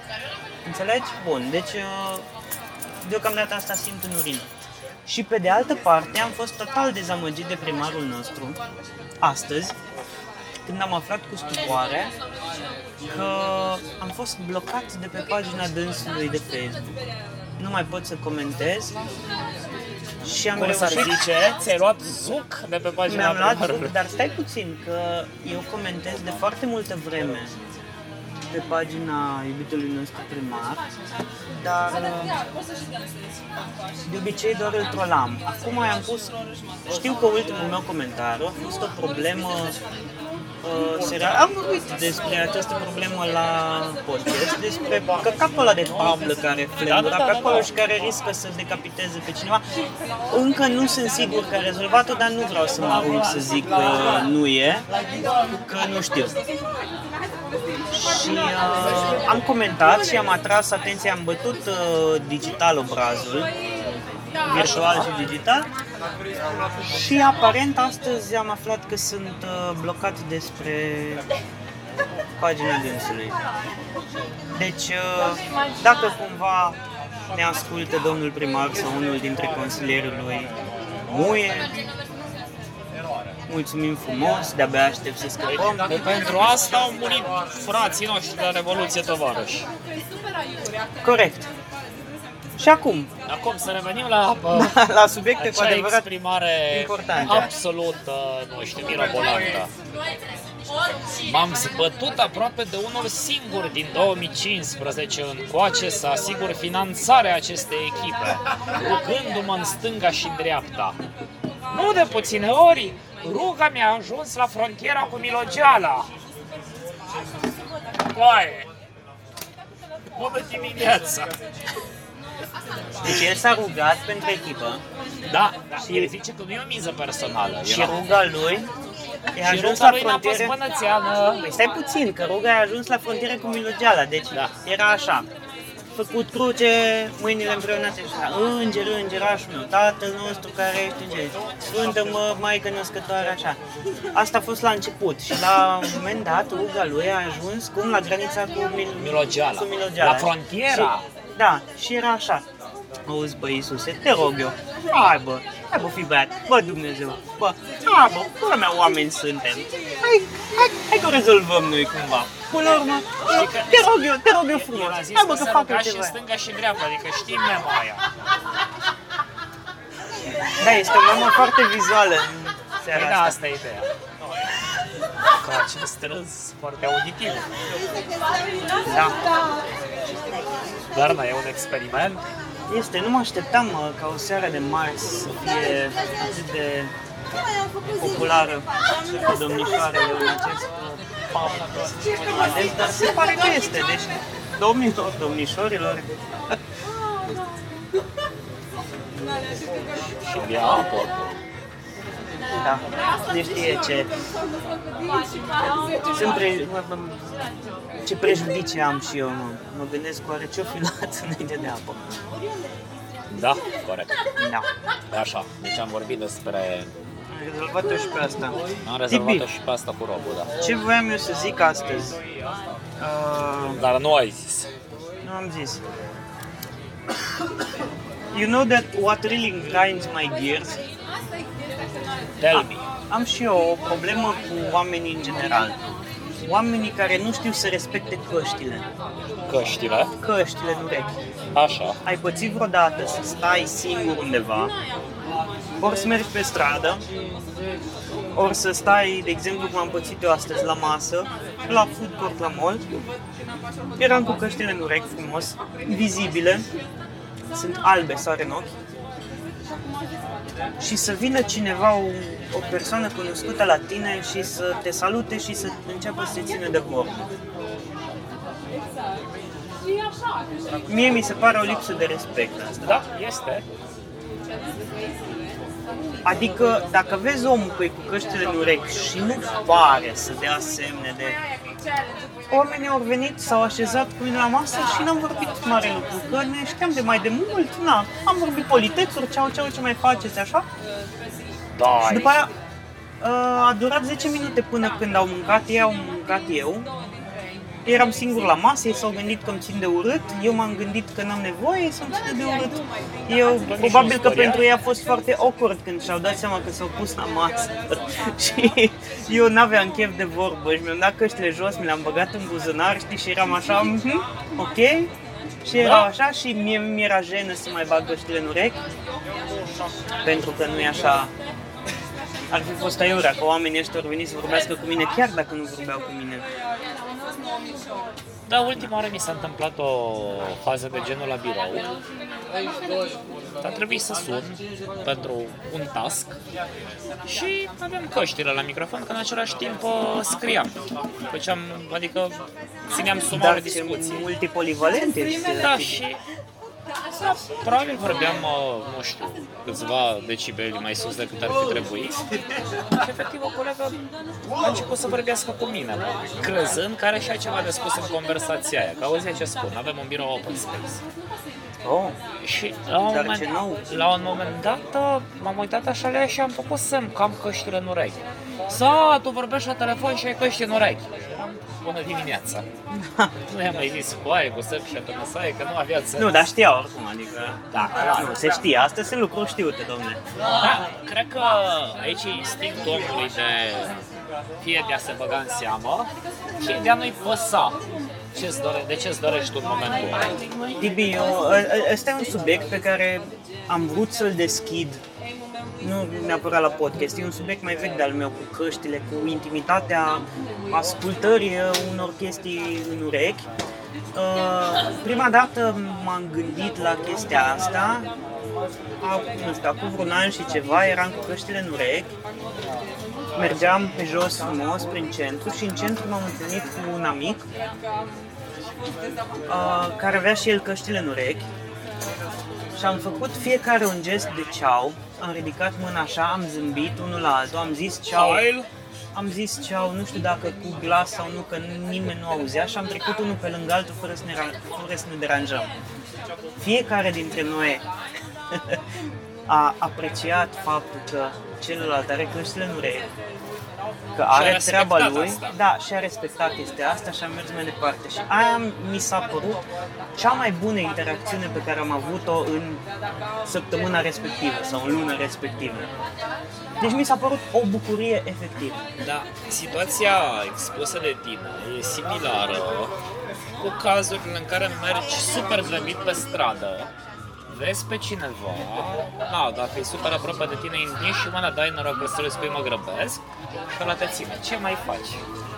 Speaker 2: Înțelegi? Bun, deci uh, deocamdată asta simt în urină. Și pe de altă parte am fost total dezamăgit de primarul nostru astăzi, când am aflat cu stupoare că am fost blocat de pe pagina dânsului de Facebook. Nu mai pot să comentez și am
Speaker 1: Cum s-ar
Speaker 2: reușit
Speaker 1: zice, ți-ai luat zuc de pe pagina
Speaker 2: mi-am luat
Speaker 1: primarului.
Speaker 2: Zoom, dar stai puțin, că eu comentez de foarte multă vreme pe pagina iubitului nostru primar, dar uh, de obicei doar îl trolam. Acum i-am pus, știu că ultimul meu comentariu a fost o problemă uh, serială. Am vorbit despre această problemă la podcast, despre căcatul ăla de tablă care flembura pe acolo și care riscă să decapiteze pe cineva. Încă nu sunt sigur că a rezolvat-o, dar nu vreau să mă arunc să zic că nu e, că nu știu. Și uh, am comentat și am atras atenția, am bătut uh, digital obrazul, virtual și digital. Și aparent astăzi am aflat că sunt uh, blocat despre pagina dânsului. Deci, uh, dacă cumva ne ascultă domnul primar sau unul dintre consilierii lui Muie, mulțumim frumos, de-abia aștept să scăpăm.
Speaker 1: Că Da. Pentru asta au murit frații noștri de la Revoluție Tovarăși.
Speaker 2: Corect. Și acum,
Speaker 1: Acum să revenim la uh,
Speaker 2: la subiecte cu
Speaker 1: acea
Speaker 2: adevărat
Speaker 1: exprimare
Speaker 2: importante.
Speaker 1: absolut, uh, nu știu, mirabolantă. M-am zbătut aproape de unul singur din 2015 încoace să asigur finanțarea acestei echipe, rugându-mă în stânga și în dreapta. Nu de puține ori, ruga mi-a ajuns la frontiera cu Milogeala. Coaie! Bună dimineața!
Speaker 2: Deci el s-a rugat pentru echipă
Speaker 1: Da, da. el zice că nu e o miză personală.
Speaker 2: și
Speaker 1: Era-
Speaker 2: ruga lui i-a
Speaker 1: și
Speaker 2: ajuns
Speaker 1: ruga
Speaker 2: la
Speaker 1: lui n-a fost
Speaker 2: frontieră.
Speaker 1: bănățeană.
Speaker 2: Păi stai puțin, că ruga i-a ajuns la frontieră cu Milogeala, deci
Speaker 1: Da.
Speaker 2: era așa. Făcut cruce, mâinile împreunate și așa. Înger, îngerașul meu, tatăl nostru care ești în cer, sfântă-mă, Maică născătoare, așa. Asta a fost la început și la un moment dat ruga lui a ajuns cum la granița cu Mil-
Speaker 1: Milogeala.
Speaker 2: Cu Milogeala.
Speaker 1: La frontiera.
Speaker 2: Și, da, și era așa. Auzi, bă, Iisuse, te rog eu, hai bă, hai bă, fi băiat, bă, Dumnezeu, bă, hai bă, pula mea, oameni suntem, hai, hai, hai că o rezolvăm noi cumva. Până la urmă, eu, te rog eu, te rog eu frumos,
Speaker 1: El a zis
Speaker 2: hai bă,
Speaker 1: că
Speaker 2: că
Speaker 1: se
Speaker 2: fac eu
Speaker 1: ruga și în
Speaker 2: ceva.
Speaker 1: stânga și în dreapta, adică știm mema aia.
Speaker 2: Da, este o mamă foarte vizuală în
Speaker 1: Păi
Speaker 2: seara
Speaker 1: da,
Speaker 2: asta.
Speaker 1: asta e ideea. Ca acest strâns foarte auditiv.
Speaker 2: Da.
Speaker 1: Dar da, e un experiment.
Speaker 2: Este, nu mă așteptam mă, ca o seară de marți să fie atât de populară cu domnișoarele în acest uh, pub. Deci, dar se pare că este, deci domnilor, domnișorilor,
Speaker 1: Și bea apă.
Speaker 2: da, nu știe ce, sunt pre... mă- mă- ce prejudicii am și eu, mă, mă gândesc oare ce-o fi luat înainte de apă.
Speaker 1: Da, corect.
Speaker 2: Da.
Speaker 1: Așa, deci am vorbit despre...
Speaker 2: Am rezolvat-o și pe asta.
Speaker 1: Am rezolvat-o
Speaker 2: Tibi.
Speaker 1: și pe asta cu robul, da.
Speaker 2: Ce voiam eu să zic astăzi? Uh,
Speaker 1: Dar nu ai zis.
Speaker 2: Nu am zis. You know that what really grinds my gears? Ah,
Speaker 1: Tell me.
Speaker 2: Am și eu o problemă cu oamenii în general. Oamenii care nu știu să respecte căștile.
Speaker 1: Căștile.
Speaker 2: Căștile în urechi.
Speaker 1: Așa.
Speaker 2: Ai pățit vreodată să stai singur undeva, ori să mergi pe stradă, ori să stai, de exemplu, cum am pățit eu astăzi, la masă, la food court, la mall. Eram cu căștile în urechi frumos, vizibile, sunt albe, sare în ochi. Și să vină cineva, o, o persoană cunoscută la tine și să te salute și să înceapă să te țină de vorbă. Mie mi se pare o lipsă de respect asta.
Speaker 1: Da, este.
Speaker 2: Adică dacă vezi omul cu, cu căștile în urechi și nu pare să dea semne de oamenii au venit, s-au așezat cu mine la masă și n-am vorbit mare lucru, că ne știam de mai de mult, na, am vorbit politețuri, ceau, ceau, ce mai faceți, așa,
Speaker 1: Da,
Speaker 2: și după aia uh, a durat 10 minute până când au mâncat ei, au mâncat eu. Eram singur la masă, ei s-au gândit că îmi țin de urât, eu m-am gândit că n-am nevoie, ei să-mi țin de urât. Eu, probabil că pentru ei a fost foarte awkward când și-au dat seama că s-au pus la masă. și eu n-aveam chef de vorbă și mi-am dat căștile jos, mi le-am băgat în buzunar, știi, și eram așa, "Mhm, ok? Și era așa și mie mi-era jenă să mai bag căștile în urechi, pentru că nu e așa ar fi fost aiurea, că oamenii ăștia au venit să vorbească cu mine, chiar dacă nu vorbeau cu mine.
Speaker 1: Da, ultima oară mi s-a întâmplat o fază de genul la birou. A trebuit să sun pentru un task și aveam căștile la microfon, că în același timp uh, scriam. Făceam, adică țineam sumarul
Speaker 2: Dar
Speaker 1: discuției.
Speaker 2: multipolivalente.
Speaker 1: Da, și da, probabil vorbeam, uh, nu știu, câțiva decibeli mai sus decât ar fi trebuit. Și efectiv o colegă a început să vorbească cu mine, crezând că are și ea ceva de spus în conversația aia. Că auzea ce spun, avem un birou open space.
Speaker 2: Oh,
Speaker 1: Și la un,
Speaker 2: Dar
Speaker 1: moment,
Speaker 2: ce nou?
Speaker 1: la un moment dat uh, m-am uitat așa la ea și am făcut semn că am căștile în urechi. Sa, tu vorbești la telefon și ai căști în urechi. Și eram, Bună dimineața! nu i-am mai zis coaie, cu săp și atămăsaie, că nu avea sens.
Speaker 2: nu, dar știau oricum, adică...
Speaker 1: Da, clar.
Speaker 2: Nu, se știe, astea sunt lucruri știute, domnule.
Speaker 1: Da, cred că aici e instinctul omului de fie de a se băga în seamă, fie de a nu-i păsa ce-ți dore, de ce-ți dorești tu în momentul ăla.
Speaker 2: Tibi, eu- ă- ă- ăsta e un subiect pe care am vrut să-l deschid nu neapărat la podcast, e un subiect mai vechi de-al meu cu căștile, cu intimitatea ascultării uh, unor chestii în urechi. Uh, prima dată m-am gândit la chestia asta, ac- nu știu, acum vreun an și ceva, eram cu căștile în urechi, mergeam pe jos frumos prin centru și în centru m-am întâlnit cu un amic uh, care avea și el căștile în urechi și am făcut fiecare un gest de ceau, am ridicat mâna așa, am zâmbit unul la altul, am zis ceau, am zis ceau, nu știu dacă cu glas sau nu, că nimeni nu auzea și am trecut unul pe lângă altul fără să ne, ra- fără să ne deranjăm. Fiecare dintre noi a apreciat faptul că celălalt are căștile în urechi, că are
Speaker 1: respectat
Speaker 2: treaba lui,
Speaker 1: asta.
Speaker 2: da, și a respectat chestia asta și a mers mai departe. Și aia mi s-a părut cea mai bună interacțiune pe care am avut-o în săptămâna respectivă sau în luna respectivă. Deci mi s-a părut o bucurie efectivă.
Speaker 1: Da, situația expusă de tine e similară cu cazurile în care mergi super grăbit pe stradă, vezi pe cineva, na, dacă e super aproape de tine, îi întinzi și mâna dai noroc să le spui mă grăbesc, că la te ține. Ce mai faci?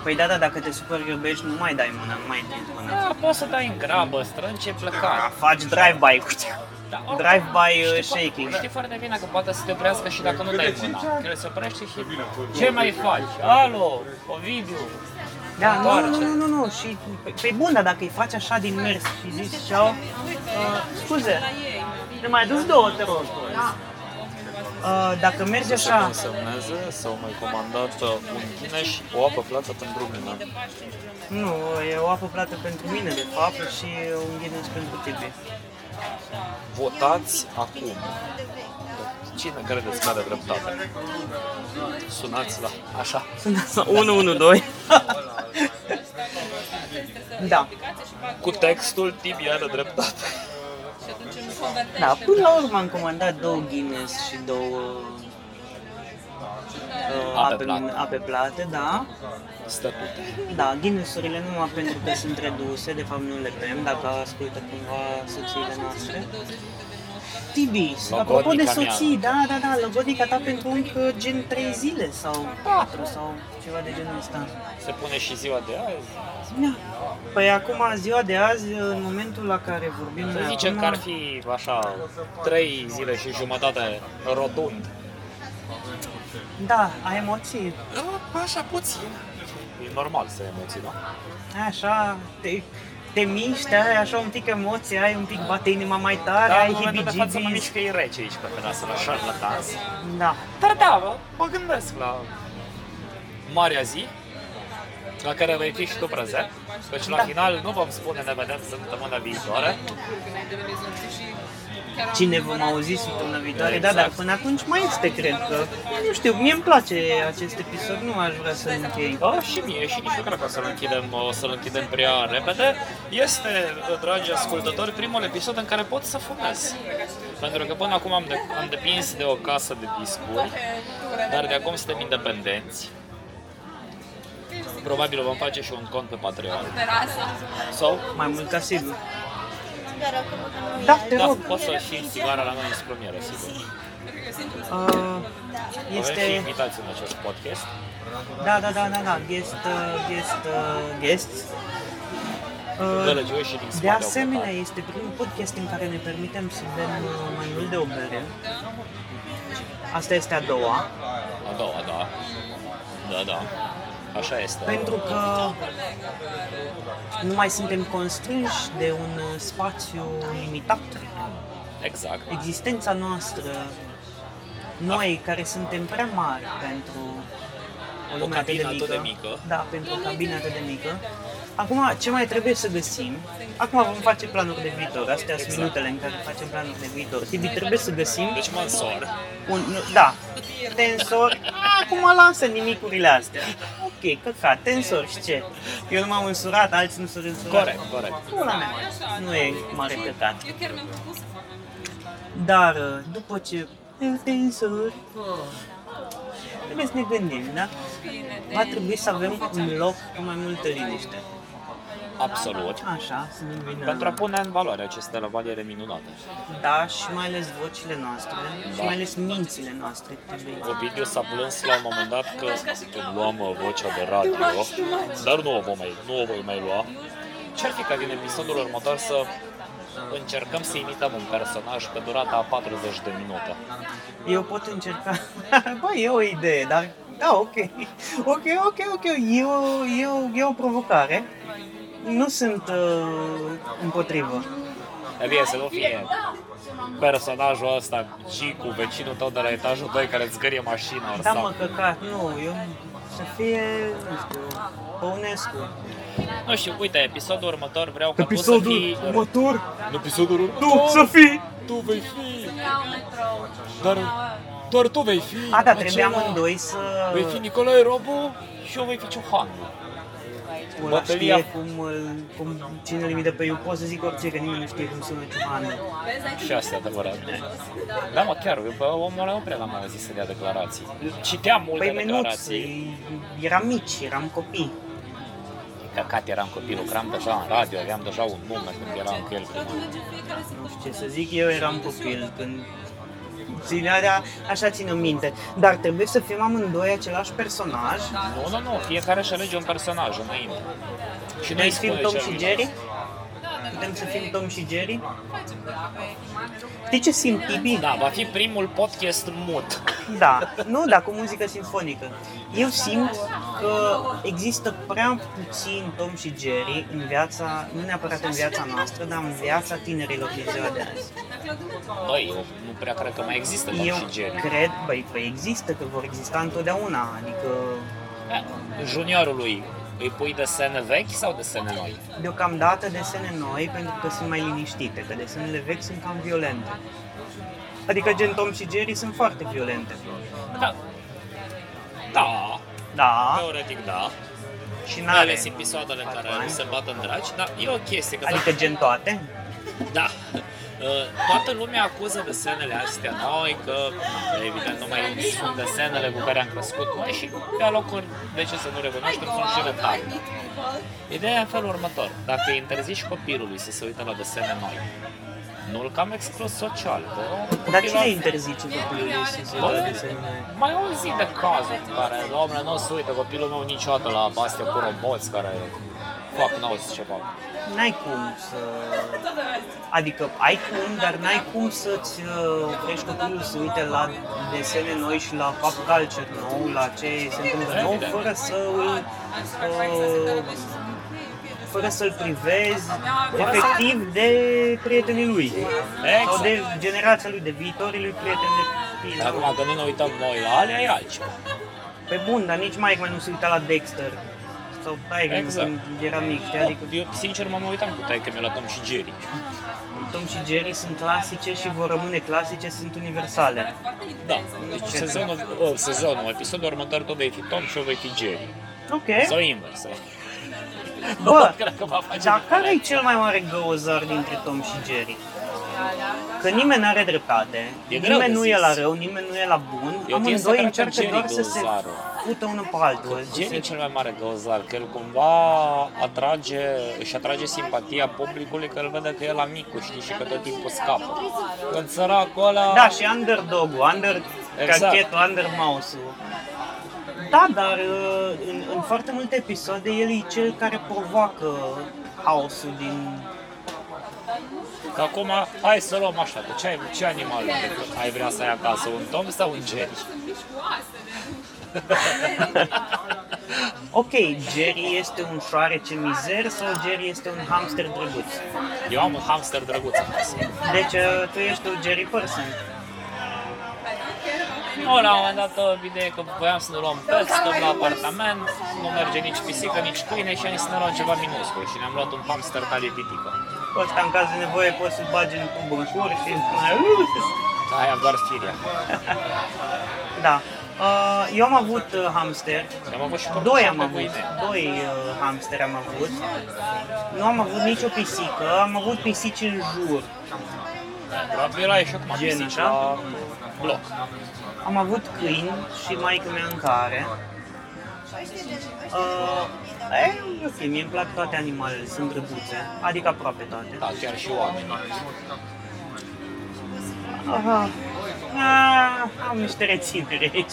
Speaker 2: Păi da, da, dacă te super grăbești, nu mai dai mâna, nu mai întinzi mâna.
Speaker 1: Da, poți să dai în grabă, strânge plecare.
Speaker 2: Faci drive-by.
Speaker 1: Da, oricum,
Speaker 2: Drive-by uh,
Speaker 1: știi fo-
Speaker 2: shaking.
Speaker 1: Știi foarte bine că poate să te oprească și dacă nu dai mâna. Trebuie să oprește și... Ce mai faci? Alo, Ovidiu,
Speaker 2: Da, nu, nu,
Speaker 1: întoarce.
Speaker 2: nu, nu, nu, și pe, pe bun, dar dacă îi faci așa din mers și zici ceau, uh, scuze, ne mai aduci două, te rog.
Speaker 1: Da.
Speaker 2: Uh, dacă mergi așa,
Speaker 1: semneze, s-au mai comandat uh, un tine și o apă plată pentru mine.
Speaker 2: nu, e o apă plată pentru mine, de fapt, și un ghineț pentru tine.
Speaker 1: Votați acum. Cine credeți că are dreptate? Sunați la așa.
Speaker 2: Sunați la 112. da,
Speaker 1: Cu textul Tibi are dreptate.
Speaker 2: da, până la urmă am comandat două Guinness și două uh,
Speaker 1: Ape
Speaker 2: ape,
Speaker 1: plate.
Speaker 2: ape plate, da.
Speaker 1: Statute.
Speaker 2: Da, Guinnessurile numai pentru că sunt reduse, de fapt nu le bem, dacă ascultă cumva soțiile noastre. Tibi, apropo de
Speaker 1: Logodnica
Speaker 2: soții, da, da, da, logodnica ta pentru încă gen 3 zile sau 4 sau ceva de genul ăsta.
Speaker 1: Se pune și ziua de azi.
Speaker 2: Da. Păi acum, ziua de azi, în momentul la care vorbim
Speaker 1: Să
Speaker 2: noi
Speaker 1: zicem
Speaker 2: acum,
Speaker 1: că ar fi așa trei zile și jumătate rotund.
Speaker 2: Da, ai emoții.
Speaker 1: Da, așa puțin. E normal să emoții, da?
Speaker 2: Așa, te, te miști, ai așa un pic emoție, ai un pic bate inima mai tare,
Speaker 1: Dar Da, în
Speaker 2: ai
Speaker 1: momentul de față mă mișc
Speaker 2: hibigibis.
Speaker 1: că e rece aici pe terasă la Charlatans.
Speaker 2: Da.
Speaker 1: Dar da, mă, mă gândesc la marea zi, la care vei fi și tu prezent, căci la final nu vom spune ne vedem săptămâna viitoare.
Speaker 2: Cine vom auzi săptămâna viitoare,
Speaker 1: Exact.
Speaker 2: da, dar până atunci mai este, cred că. Nu știu, mie îmi place acest episod, nu aș vrea să închei.
Speaker 1: Da, și mie, și nici eu cred că o să-l închidem, o să-l închidem prea repede. Este, dragi ascultători, primul episod în care pot să fumez. Pentru că până acum am, de, am depins de o casă de discuri, dar de acum suntem independenți. Probabil vom face și un cont pe Patreon. Sau?
Speaker 2: Mai mult ca sigur.
Speaker 7: Speră că mă
Speaker 2: Da, te
Speaker 1: Da,
Speaker 2: rog.
Speaker 1: poți să și sigara la noi în scrumiere, sigur.
Speaker 2: Uh,
Speaker 1: Avem și
Speaker 2: este...
Speaker 1: invitați în acest podcast.
Speaker 2: Da, da, da, da, da, guest, uh, guest, uh, guest. Uh,
Speaker 1: Gălăgioși și din spate
Speaker 2: de
Speaker 1: au
Speaker 2: asemenea,
Speaker 1: plecat.
Speaker 2: este primul podcast în care ne permitem să bem uh, mai mult de o bere. Asta este a doua,
Speaker 1: A doua, da. Da, da. Așa este.
Speaker 2: pentru că nu mai suntem constrânși de un uh, spațiu limitat.
Speaker 1: Exact.
Speaker 2: Existența noastră, noi care suntem prea mari pentru o lume
Speaker 1: cabină atât de mică.
Speaker 2: Da, pentru o cabină atât de mică. Acum, ce mai trebuie să găsim? Acum vom face planuri de viitor. Astea sunt minutele în care facem planuri de viitor. Tibi, trebuie să găsim
Speaker 1: Exact. Deci mă însor.
Speaker 2: un... nu- Da, tensor. Acum lasă nimicurile astea. Ok, căcat, tensor și ce? Eu nu m-am însurat, alții nu s-au însurat.
Speaker 1: Corect, corect.
Speaker 2: Pula mea, nu e mare căcat. Dar uh, după ce îl tensori, trebuie să ne gândim, da? Va trebui să avem un loc cu mai multă liniște.
Speaker 1: Absolut.
Speaker 2: Așa, să nu vină...
Speaker 1: Pentru a pune în valoare aceste lavaliere minunate.
Speaker 2: Da, și mai ales vocile noastre, și mai ales mințile noastre. trebuie.
Speaker 1: Ovidiu s-a plâns la un moment dat că îmi luam uh, vocea de radio, dar nu o, vom mai, nu o voi mai lua. Ce-ar fi ca din episodul următor să încercăm să imităm un personaj pe durata a 40 de minute?
Speaker 2: Eu pot încerca... Bă, e o idee, dar... Da, ok. Ok, ok, ok. E o, e o, e o provocare. Nu sunt uh, împotrivă.
Speaker 1: Elie, să nu fie personajul ăsta, Gicu, vecinul tău de la etajul 2 care îți gărie mașina.
Speaker 2: Da,
Speaker 1: sau-
Speaker 2: mă, căcat, nu, eu să fie, nu știu, Păunescu.
Speaker 1: Nu știu, uite, episodul următor vreau ca tu să fii...
Speaker 2: următor,
Speaker 1: În episodul următor?
Speaker 2: tu să fii!
Speaker 1: Tu vei fi! Dar doar tu vei fi!
Speaker 2: A, da, trebuie
Speaker 1: acela-
Speaker 2: amândoi să...
Speaker 1: Vei fi Nicolae Robu și eu voi fi Ciohan.
Speaker 2: Ăla
Speaker 1: bătălia.
Speaker 2: știe cum, îl- cum, cine îl imită pe eu, pot să zic orice, că nimeni nu știe cum sună Ciohană.
Speaker 1: Și asta e adevărat. Da, mă, chiar, bă, omul ăla nu prea l-am auzit să dea declarații. Citeam multe
Speaker 2: Păi menuț, păi,
Speaker 1: declarații.
Speaker 2: eram mici, eram copii.
Speaker 1: Căcat eram copil, lucram deja în radio, aveam deja un nume când era încă el primar.
Speaker 2: Nu știu ce să zic, eu eram copil când Ținea, de- așa țin minte. Dar trebuie să fim amândoi același personaj.
Speaker 1: Nu, nu, nu, fiecare își alege un personaj înainte. Și
Speaker 2: Noi
Speaker 1: noi
Speaker 2: să fim
Speaker 1: spune
Speaker 2: Tom
Speaker 1: cel
Speaker 2: și
Speaker 1: mic.
Speaker 2: Jerry? Putem să fim Tom și Jerry? Știi ce simt Tibi?
Speaker 1: Da, va fi primul podcast mut.
Speaker 2: Da. Nu, da, cu muzică simfonică. Eu simt că există prea puțin Tom și Jerry în viața, nu neapărat în viața noastră, dar în viața tinerilor din ziua de azi.
Speaker 1: Băi, eu nu prea cred că mai există Tom
Speaker 2: Eu
Speaker 1: și Jerry.
Speaker 2: cred, băi, că există, că vor exista întotdeauna, adică
Speaker 1: Da, Juniorului îi pui desene vechi sau desene noi?
Speaker 2: deocamdată desene noi pentru că sunt mai liniștite, că desenele vechi sunt cam violente. Adică gen Tom și Jerry sunt foarte violente.
Speaker 1: Da. Da,
Speaker 2: Da,
Speaker 1: teoretic da.
Speaker 2: și
Speaker 1: Mai
Speaker 2: n-are.
Speaker 1: ales episoadele
Speaker 2: patru
Speaker 1: care
Speaker 2: ani.
Speaker 1: nu se bat în dragi, dar e o chestie că
Speaker 2: Adică gen toate?
Speaker 1: da. Uh, Toată lumea acuză desenele astea noi, că na, evident nu mai sunt desenele cu care am crescut noi și pe locuri, de ce să nu recunoaștem, sunt și retare. Ideea e în felul următor. Dacă îi interzici copilului să se uite la desene noi, nu-l cam exclus social. Că
Speaker 2: Dar
Speaker 1: copilul
Speaker 2: cine interzice copilului să se
Speaker 1: Bă,
Speaker 2: uite la desene?
Speaker 1: Mai auzi de cazuri în care, domnule, nu se uită copilul meu niciodată la astea cu roboți care fac n-au zis ceva.
Speaker 2: N-ai cum să... Adică ai cum, dar n-ai cum să-ți uh, oprești copilul să uite la desene noi și la pop culture nou, la ce se întâmplă nou, fără să îl uh, fără să-l privezi efectiv de prietenii lui. Sau
Speaker 1: Exact. Da,
Speaker 2: de generația lui, de viitorii lui prieteni de
Speaker 1: Dar acum că nu ne uităm noi la alea, e altceva.
Speaker 2: Pe bun, dar nici Mike nu se uita la Dexter. Sau Tiger
Speaker 1: Exact.
Speaker 2: exact. când era mic, știi? Adică
Speaker 1: Eu, sincer, mă mai uitam cu taică mi la Tom și Jerry.
Speaker 2: Tom și Jerry sunt clasice și vor rămâne clasice, sunt universale.
Speaker 1: Da, deci sezonul, uh, sezonul, episodul următor tot vei fi Tom și eu vei fi Jerry.
Speaker 2: Ok.
Speaker 1: Sau invers. adică,
Speaker 2: Bă,
Speaker 1: cred că va face
Speaker 2: dar care e cel mai mare găuzar dintre Tom și Jerry? Că nimeni nu are dreptate,
Speaker 1: E greu
Speaker 2: nimeni
Speaker 1: de
Speaker 2: nu
Speaker 1: zis.
Speaker 2: e la rău, nimeni nu e la bun,
Speaker 1: Eu tind să
Speaker 2: amândoi
Speaker 1: cred că
Speaker 2: încearcă
Speaker 1: Jerry
Speaker 2: doar să se
Speaker 1: găuzarul.
Speaker 2: fută unul pe altul. să
Speaker 1: Jerry e
Speaker 2: se-
Speaker 1: cel mai mare găuzar, că el cumva atrage, își atrage simpatia publicului că îl vede că el la micu, știi, și că tot timpul scapă. Când săracul ăla...
Speaker 2: Da, și underdog-ul, under
Speaker 1: Exact.
Speaker 2: cachetul, under mouse-ul. Da, dar uh, în, în foarte multe episoade el e cel care provoacă haosul din...
Speaker 1: Că acum, hai să luăm așa, că ce, ai, ce animal ai vrea să ai acasă, un tom sau un Jerry?
Speaker 2: Ok, Jerry este un șoarece mizer sau Jerry este un hamster drăguț?
Speaker 1: Eu am un hamster drăguț acasă.
Speaker 2: Deci uh, tu ești un Jerry person.
Speaker 1: Nu, la un moment dat, o idee că voiam să ne luăm pet, stăm la apartament, nu merge nici pisică, nici câine și am zis să ne luăm ceva minuscul și ne-am luat un hamster tale pitică.
Speaker 2: Ăsta în caz de nevoie poți să-l bagi în pubășur și...
Speaker 1: Aia doar firia.
Speaker 2: Da. Uh, eu am avut uh, hamster,
Speaker 1: Și Am avut și porcuri
Speaker 2: Doi
Speaker 1: și
Speaker 2: am
Speaker 1: pe
Speaker 2: avut,
Speaker 1: câine.
Speaker 2: doi uh, hamster am avut. Nu am avut nicio pisică, am avut pisici în jur.
Speaker 1: Probabil era și acum
Speaker 2: Gen, da?
Speaker 1: pisici
Speaker 2: așa?
Speaker 1: la bloc.
Speaker 2: Am avut câini și maică mea în care. Uh, e, ok, mie îmi plac toate animalele, sunt drăguțe, adică aproape toate.
Speaker 1: Da, chiar și oamenii.
Speaker 2: Aha. Ah, am niște reținere aici.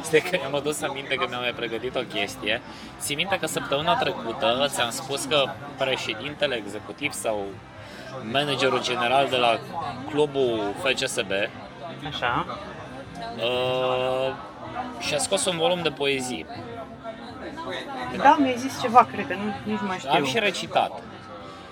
Speaker 1: Este că mi-am adus aminte că mi-am mai pregătit o chestie. Țin minte că săptămâna trecută ți-am spus că președintele executiv sau managerul general de la clubul FCSB
Speaker 2: Așa.
Speaker 1: uh, și-a scos un volum de poezii.
Speaker 2: Da, mi-ai zis ceva, cred că nu, nici nu mai știu.
Speaker 1: Am și recitat.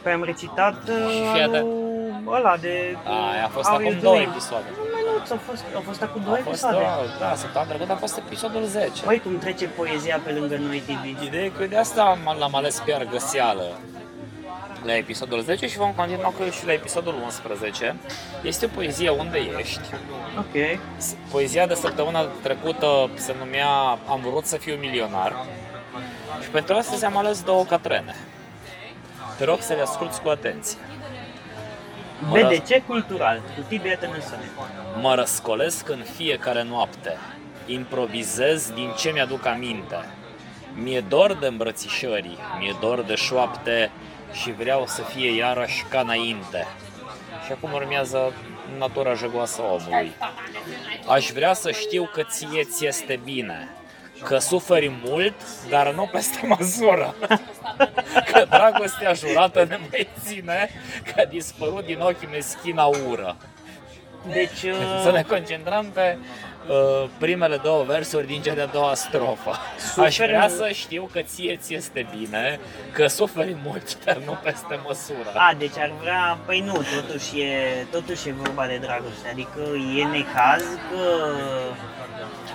Speaker 2: Păi am recitat
Speaker 1: Și
Speaker 2: uh,
Speaker 1: fii
Speaker 2: alul
Speaker 1: atent.
Speaker 2: ăla de...
Speaker 1: Aia a fost
Speaker 2: How
Speaker 1: acum
Speaker 2: You
Speaker 1: două
Speaker 2: Doing.
Speaker 1: episoade.
Speaker 2: Nu, a fost, a fost acum două
Speaker 1: A fost,
Speaker 2: episoade.
Speaker 1: da, da, săptămâna trecută a fost episodul 10.
Speaker 2: Păi cum trece poezia pe lângă noi TV.
Speaker 1: Ideea e că de asta am- l-am ales pe argăseală la episodul 10 și vom continua cu el și la episodul 11. Este o poezie Unde ești?
Speaker 2: Ok.
Speaker 1: S- Poezia de săptămâna trecută se numea Am vrut să fiu milionar și pentru astăzi am ales două catrene. Te rog să le asculți cu atenție. Mă rog.
Speaker 2: BDC cultural cu Tibia Tănăsăne.
Speaker 1: Mă răscolesc în fiecare noapte, improvizez din ce mi-aduc aminte. Mi-e dor de îmbrățișări, mi-e dor de șoapte și vreau să fie iarăși ca înainte. Și acum urmează natura jăgoasă a omului. Aș vrea să știu că ție ți este bine, că suferi mult, dar nu peste măsură. Că dragostea jurată ne mai ține, că a dispărut din ochii meschina ură.
Speaker 2: Deci, uh,
Speaker 1: Să ne concentrăm pe uh, primele două versuri din cea de-a doua strofă. Aș
Speaker 2: Suferi
Speaker 1: vrea
Speaker 2: mult.
Speaker 1: să știu că ție ți este bine, că suferi mult, dar nu peste măsură.
Speaker 2: a, deci ar vrea, păi nu, totuși e, totuși e vorba de dragoste, adică e necaz că,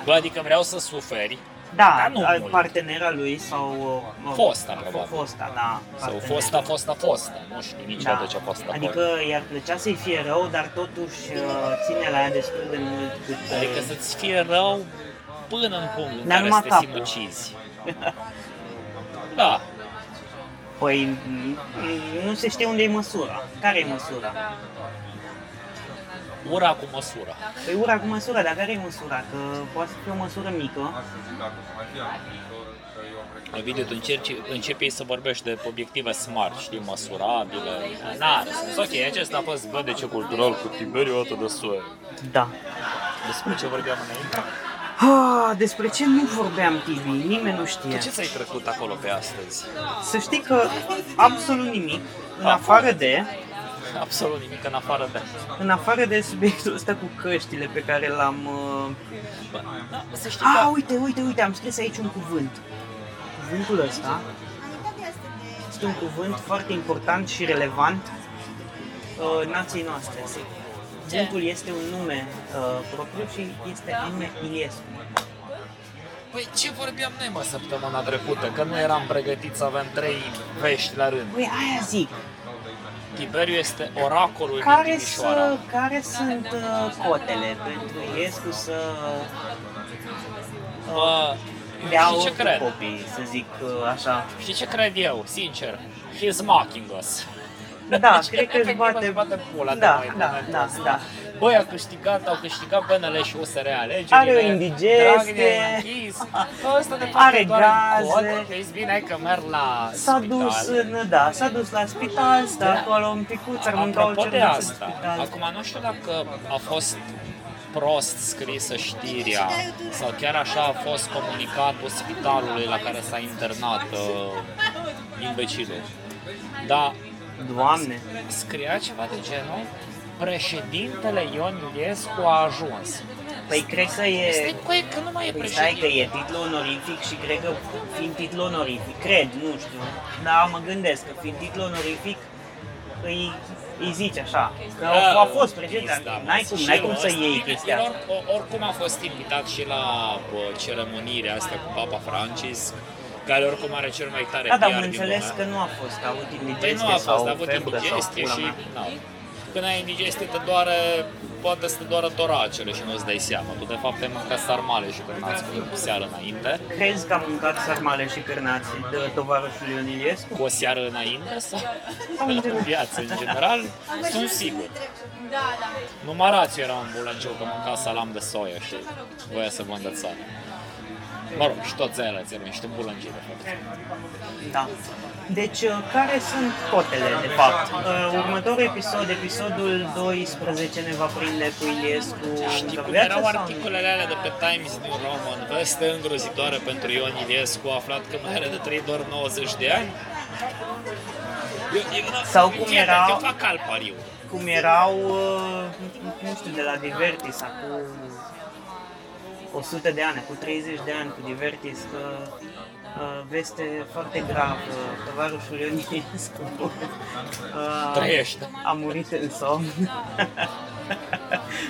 Speaker 1: Bă, adică vreau să suferi
Speaker 2: da,
Speaker 1: Dar nu
Speaker 2: al-
Speaker 1: mult.
Speaker 2: partenera lui sau... uh,
Speaker 1: Fosta, probabil.
Speaker 2: Fosta, da.
Speaker 1: sau
Speaker 2: partenera.
Speaker 1: fosta, fosta, fosta. Nu știu niciodată ce a fost acolo.
Speaker 2: Adică i-ar plăcea să-i fie rău, dar totuși uh, ține la ea destul de mult cât... uh,
Speaker 1: adică să-ți fie rău până în punctul în
Speaker 2: Dar
Speaker 1: care să
Speaker 2: numai
Speaker 1: te
Speaker 2: capul.
Speaker 1: sinucizi. Da,
Speaker 2: Păi m- m- nu se știe unde e măsura. Care e măsura?
Speaker 1: ura cu măsură.
Speaker 2: Păi ura cu măsura, dar care e măsura? Că poate să fie o măsură mică.
Speaker 1: Ovidiu, tu încerci, începi să vorbești de obiective smart, știi, măsurabile. Na, sunt ok, acesta a fost bă, de ce cultural cu Tiberiu atât de soare.
Speaker 2: Da.
Speaker 1: Despre ce vorbeam înainte?
Speaker 2: Ah, despre ce nu vorbeam TV, nimeni nu știe.
Speaker 1: Ce ți-ai trecut acolo pe astăzi?
Speaker 2: Să știi că absolut nimic, în afară de,
Speaker 1: Absolut nimic în afară de...
Speaker 2: în afară de subiectul ăsta cu căștile pe care l-am... Uh...
Speaker 1: Bă, da, să știi
Speaker 2: Ah,
Speaker 1: că...
Speaker 2: uite, uite, uite, am scris aici un cuvânt. Cuvântul ăsta
Speaker 7: Anita de asta de...
Speaker 2: folosit un cuvânt foarte important și relevant uh, nației noastre. Cuvântul este un nume uh, propriu și este anume Iliescu.
Speaker 1: Păi ce vorbeam noi, mă, săptămâna trecută? Că nu eram pregătiți să avem trei vești la rând.
Speaker 2: Păi aia zic,
Speaker 1: Tiberiu este oracolul din
Speaker 2: care,
Speaker 1: Timișoara.
Speaker 2: să, care sunt uh, cotele pentru Iliescu să
Speaker 1: Bă,
Speaker 2: dea
Speaker 1: eu știi ce cred?
Speaker 2: copii, să zic uh, așa.
Speaker 1: Știi ce cred eu, sincer? He's mocking us.
Speaker 2: Da,
Speaker 1: Deci,
Speaker 2: cred că își
Speaker 1: efectiv,
Speaker 2: bate...
Speaker 1: își bate pula de
Speaker 2: da,
Speaker 1: noi în
Speaker 2: da,
Speaker 1: momentul
Speaker 2: da,
Speaker 1: ăsta.
Speaker 2: da.
Speaker 1: Băi, a câștigat, au câștigat PNL și USR alegerile.
Speaker 2: Are o indigeste.
Speaker 1: Dragnea e închis. Ăsta de fapt
Speaker 2: Are
Speaker 1: e doar un cod,
Speaker 2: gaze.
Speaker 1: că îi bine că merg la
Speaker 2: S-a
Speaker 1: spital. Da.
Speaker 2: dus, în, da, s-a dus la spital, stă acolo un picuț, ar mânca o
Speaker 1: Apropo de
Speaker 2: cernuță în
Speaker 1: asta,
Speaker 2: spital.
Speaker 1: acum nu știu dacă a fost prost scrisă știrea sau chiar așa a fost comunicat spitalului la care s-a internat uh, imbecilul. Dar
Speaker 2: Doamne,
Speaker 1: scria ceva de genul președintele Ion Iliescu a ajuns.
Speaker 2: păi cred că
Speaker 1: Stai
Speaker 2: e...
Speaker 1: cu e, că nu mai e
Speaker 2: Păi stai că
Speaker 1: președinte.
Speaker 2: e titlu onorific și cred că fiind titlu onorific, cred, nu știu, dar mă gândesc că fiind titlu onorific îi, îi zici așa, că a, a fost președinte,
Speaker 1: Da,
Speaker 2: n-ai cum,
Speaker 1: și
Speaker 2: n-ai cum
Speaker 1: el
Speaker 2: să
Speaker 1: ăsta-
Speaker 2: iei chestia
Speaker 1: el
Speaker 2: asta.
Speaker 1: or- o- oricum a fost invitat și la bă, ceremoniile astea cu Papa Francis, care oricum are cel mai tare
Speaker 2: Da, dar
Speaker 1: PR
Speaker 2: am
Speaker 1: din
Speaker 2: înțeles
Speaker 1: lume.
Speaker 2: că nu a fost, a avut
Speaker 1: adică Păi
Speaker 2: indigestie
Speaker 1: nu a fost,
Speaker 2: sau
Speaker 1: a avut
Speaker 2: febră sau
Speaker 1: indigestie
Speaker 2: pula
Speaker 1: și...
Speaker 2: mea.
Speaker 1: Na. Când ai indigestie te doare, poate să te doară toracele și nu-ți dai seama. Tu de fapt ai mâncat sarmale și cârnați cu seară înainte.
Speaker 2: Crezi că a mâncat sarmale și cârnați de tovarășul Ion Iliescu?
Speaker 1: Cu o seară înainte sau în viață, în general, sunt sigur.
Speaker 7: Da, da.
Speaker 1: Numai rațiu era un bulangeu că mânca salam de soia și voia să vândă țara. Mă rog, și toți aia erau niște bulangii de fapt.
Speaker 2: Da. Deci, uh, care sunt cotele, de fapt? Uh, Următorul episod, episodul 12, ne va prinde cu Iliescu
Speaker 1: Știi
Speaker 2: în
Speaker 1: cum
Speaker 2: viață
Speaker 1: erau
Speaker 2: sau nu?
Speaker 1: articolele alea de pe Times New Roman? Veste îngrozitoare pentru Ion Iliescu, aflat că mai are de trăit doar 90 de ani? Eu, eu, nu-
Speaker 2: Sau cum
Speaker 1: fii atent,
Speaker 2: era-
Speaker 1: Eu fac al pariu.
Speaker 2: Cum erau, uh, nu știu, de la Divertis acum 100 de ani, cu 30 de ani cu Divertis, că uh, veste foarte gravă, tovarășul Ion Iliescu uh,
Speaker 1: Trăiește.
Speaker 2: a murit în somn.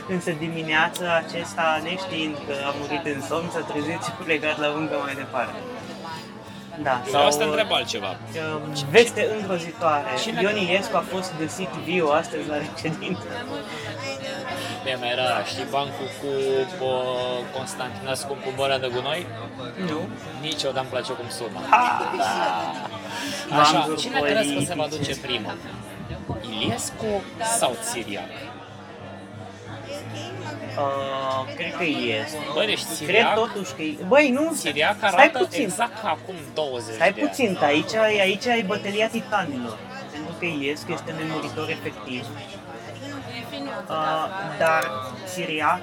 Speaker 2: Însă dimineața acesta, neștiind că a murit în somn, s-a trezit și a plecat la muncă mai departe. Da,
Speaker 1: Sau asta întreb altceva.
Speaker 2: uh, Veste îngrozitoare.
Speaker 1: Cine-
Speaker 2: Ion Iliescu a fost găsit viu astăzi la reședință.
Speaker 1: Mie mai era, știi, bancul cu bă, Constantinescu cu bărea de gunoi?
Speaker 2: Nu.
Speaker 1: Niciodată îmi place cum sună.
Speaker 2: Ah! V-am
Speaker 1: Așa,
Speaker 2: zurcolit.
Speaker 1: cine crezi că se va duce primul? Iliescu sau Țiriac?
Speaker 7: E ok? Mă greu.
Speaker 2: Uh, cred că este.
Speaker 1: Bă, deci
Speaker 2: Cred
Speaker 1: Țiriac,
Speaker 2: totuși că e. Băi, nu,
Speaker 1: Țiriac
Speaker 2: stai
Speaker 1: arată
Speaker 2: puțin.
Speaker 1: exact ca acum 20
Speaker 2: Stai
Speaker 1: de ani.
Speaker 2: puțin, că aici, aici ai bătălia titanilor. Pentru că Iescu este nemuritor efectiv. Uh, dar Siriac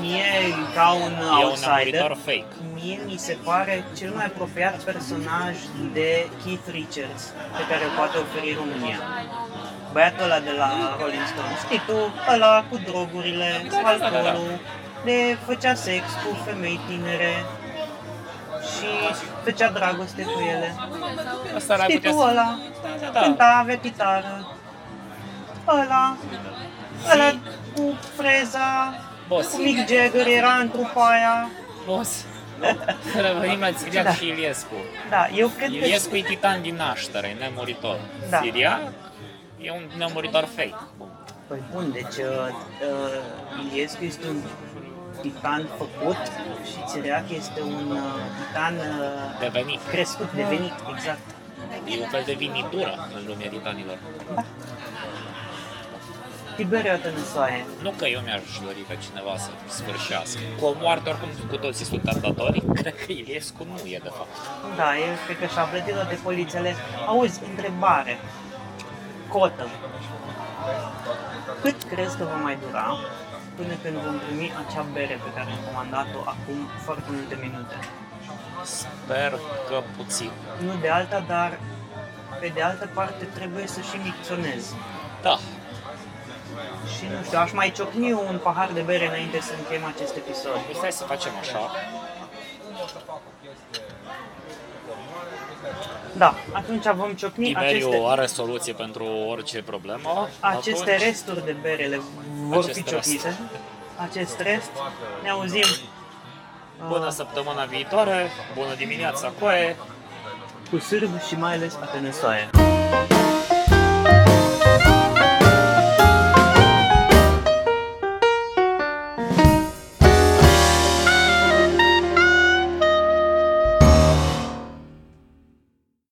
Speaker 2: mie, ca un
Speaker 1: E un
Speaker 2: outsider,
Speaker 1: amuritor fake.
Speaker 2: mie mi se pare cel mai apropiat personaj de Keith Richards pe care îl poate oferi România. Băiatul ăla de la Rolling Stones, știi tu, ăla cu drogurile,
Speaker 1: Da,
Speaker 2: cu
Speaker 1: da, da, da, da.
Speaker 2: alcoolul, le făcea sex cu femei tinere și făcea dragoste cu ele.
Speaker 1: Asta l-ai
Speaker 2: Știi
Speaker 1: putea
Speaker 2: tu
Speaker 1: să...
Speaker 2: ăla,
Speaker 1: Da, da, da.
Speaker 2: cânta, avea chitară, ăla, ăla cu freza,
Speaker 1: Boss.
Speaker 2: cu Mick Jagger era în trupa aia.
Speaker 1: Boss. Să revenim la Țiriac
Speaker 2: Da.
Speaker 1: și Iliescu.
Speaker 2: Da, eu cred că...
Speaker 1: Iliescu e titan din naștere, e nemuritor.
Speaker 2: Da.
Speaker 1: Țiriac e un nemuritor fake. Bun.
Speaker 2: Păi bun, deci uh, uh, Iliescu este un titan făcut și Țiriac este un uh, titan uh,
Speaker 1: Devenit.
Speaker 2: crescut,
Speaker 1: Da.
Speaker 2: devenit, exact.
Speaker 1: E un fel de vinitură în lumea titanilor.
Speaker 2: Tiberiu Atănăsoaie.
Speaker 1: Nu că eu mi-aș dori ca cineva să sfârșească. Cu o moarte, oricum, cu toții suntem datori. Cred că Iliescu nu e, de fapt.
Speaker 2: Da, el cred că și-a plătit toate polițele. Auzi, întrebare. Cotă. Cât crezi că va mai dura până când vom primi acea bere pe care am comandat-o acum foarte multe minute?
Speaker 1: Sper că puțin.
Speaker 2: Nu de alta, dar pe de altă parte trebuie să și micționez.
Speaker 1: Da,
Speaker 2: Și nu știu, aș mai ciocni un pahar de bere înainte să încheiem acest episod.
Speaker 1: păi stai să facem așa.
Speaker 2: Da, atunci vom ciocni aceste,
Speaker 1: Tiberiu are soluție pentru orice problemă.
Speaker 2: aceste
Speaker 1: Atunci-
Speaker 2: resturi de berele vor
Speaker 1: Acest
Speaker 2: fi
Speaker 1: rest.
Speaker 2: ciocnite. Acest rest. Ne auzim.
Speaker 1: Până
Speaker 2: uh,
Speaker 1: săptămâna viitoare, bună dimineața, coaie!
Speaker 2: cu sârb și mai ales Atenesoaie.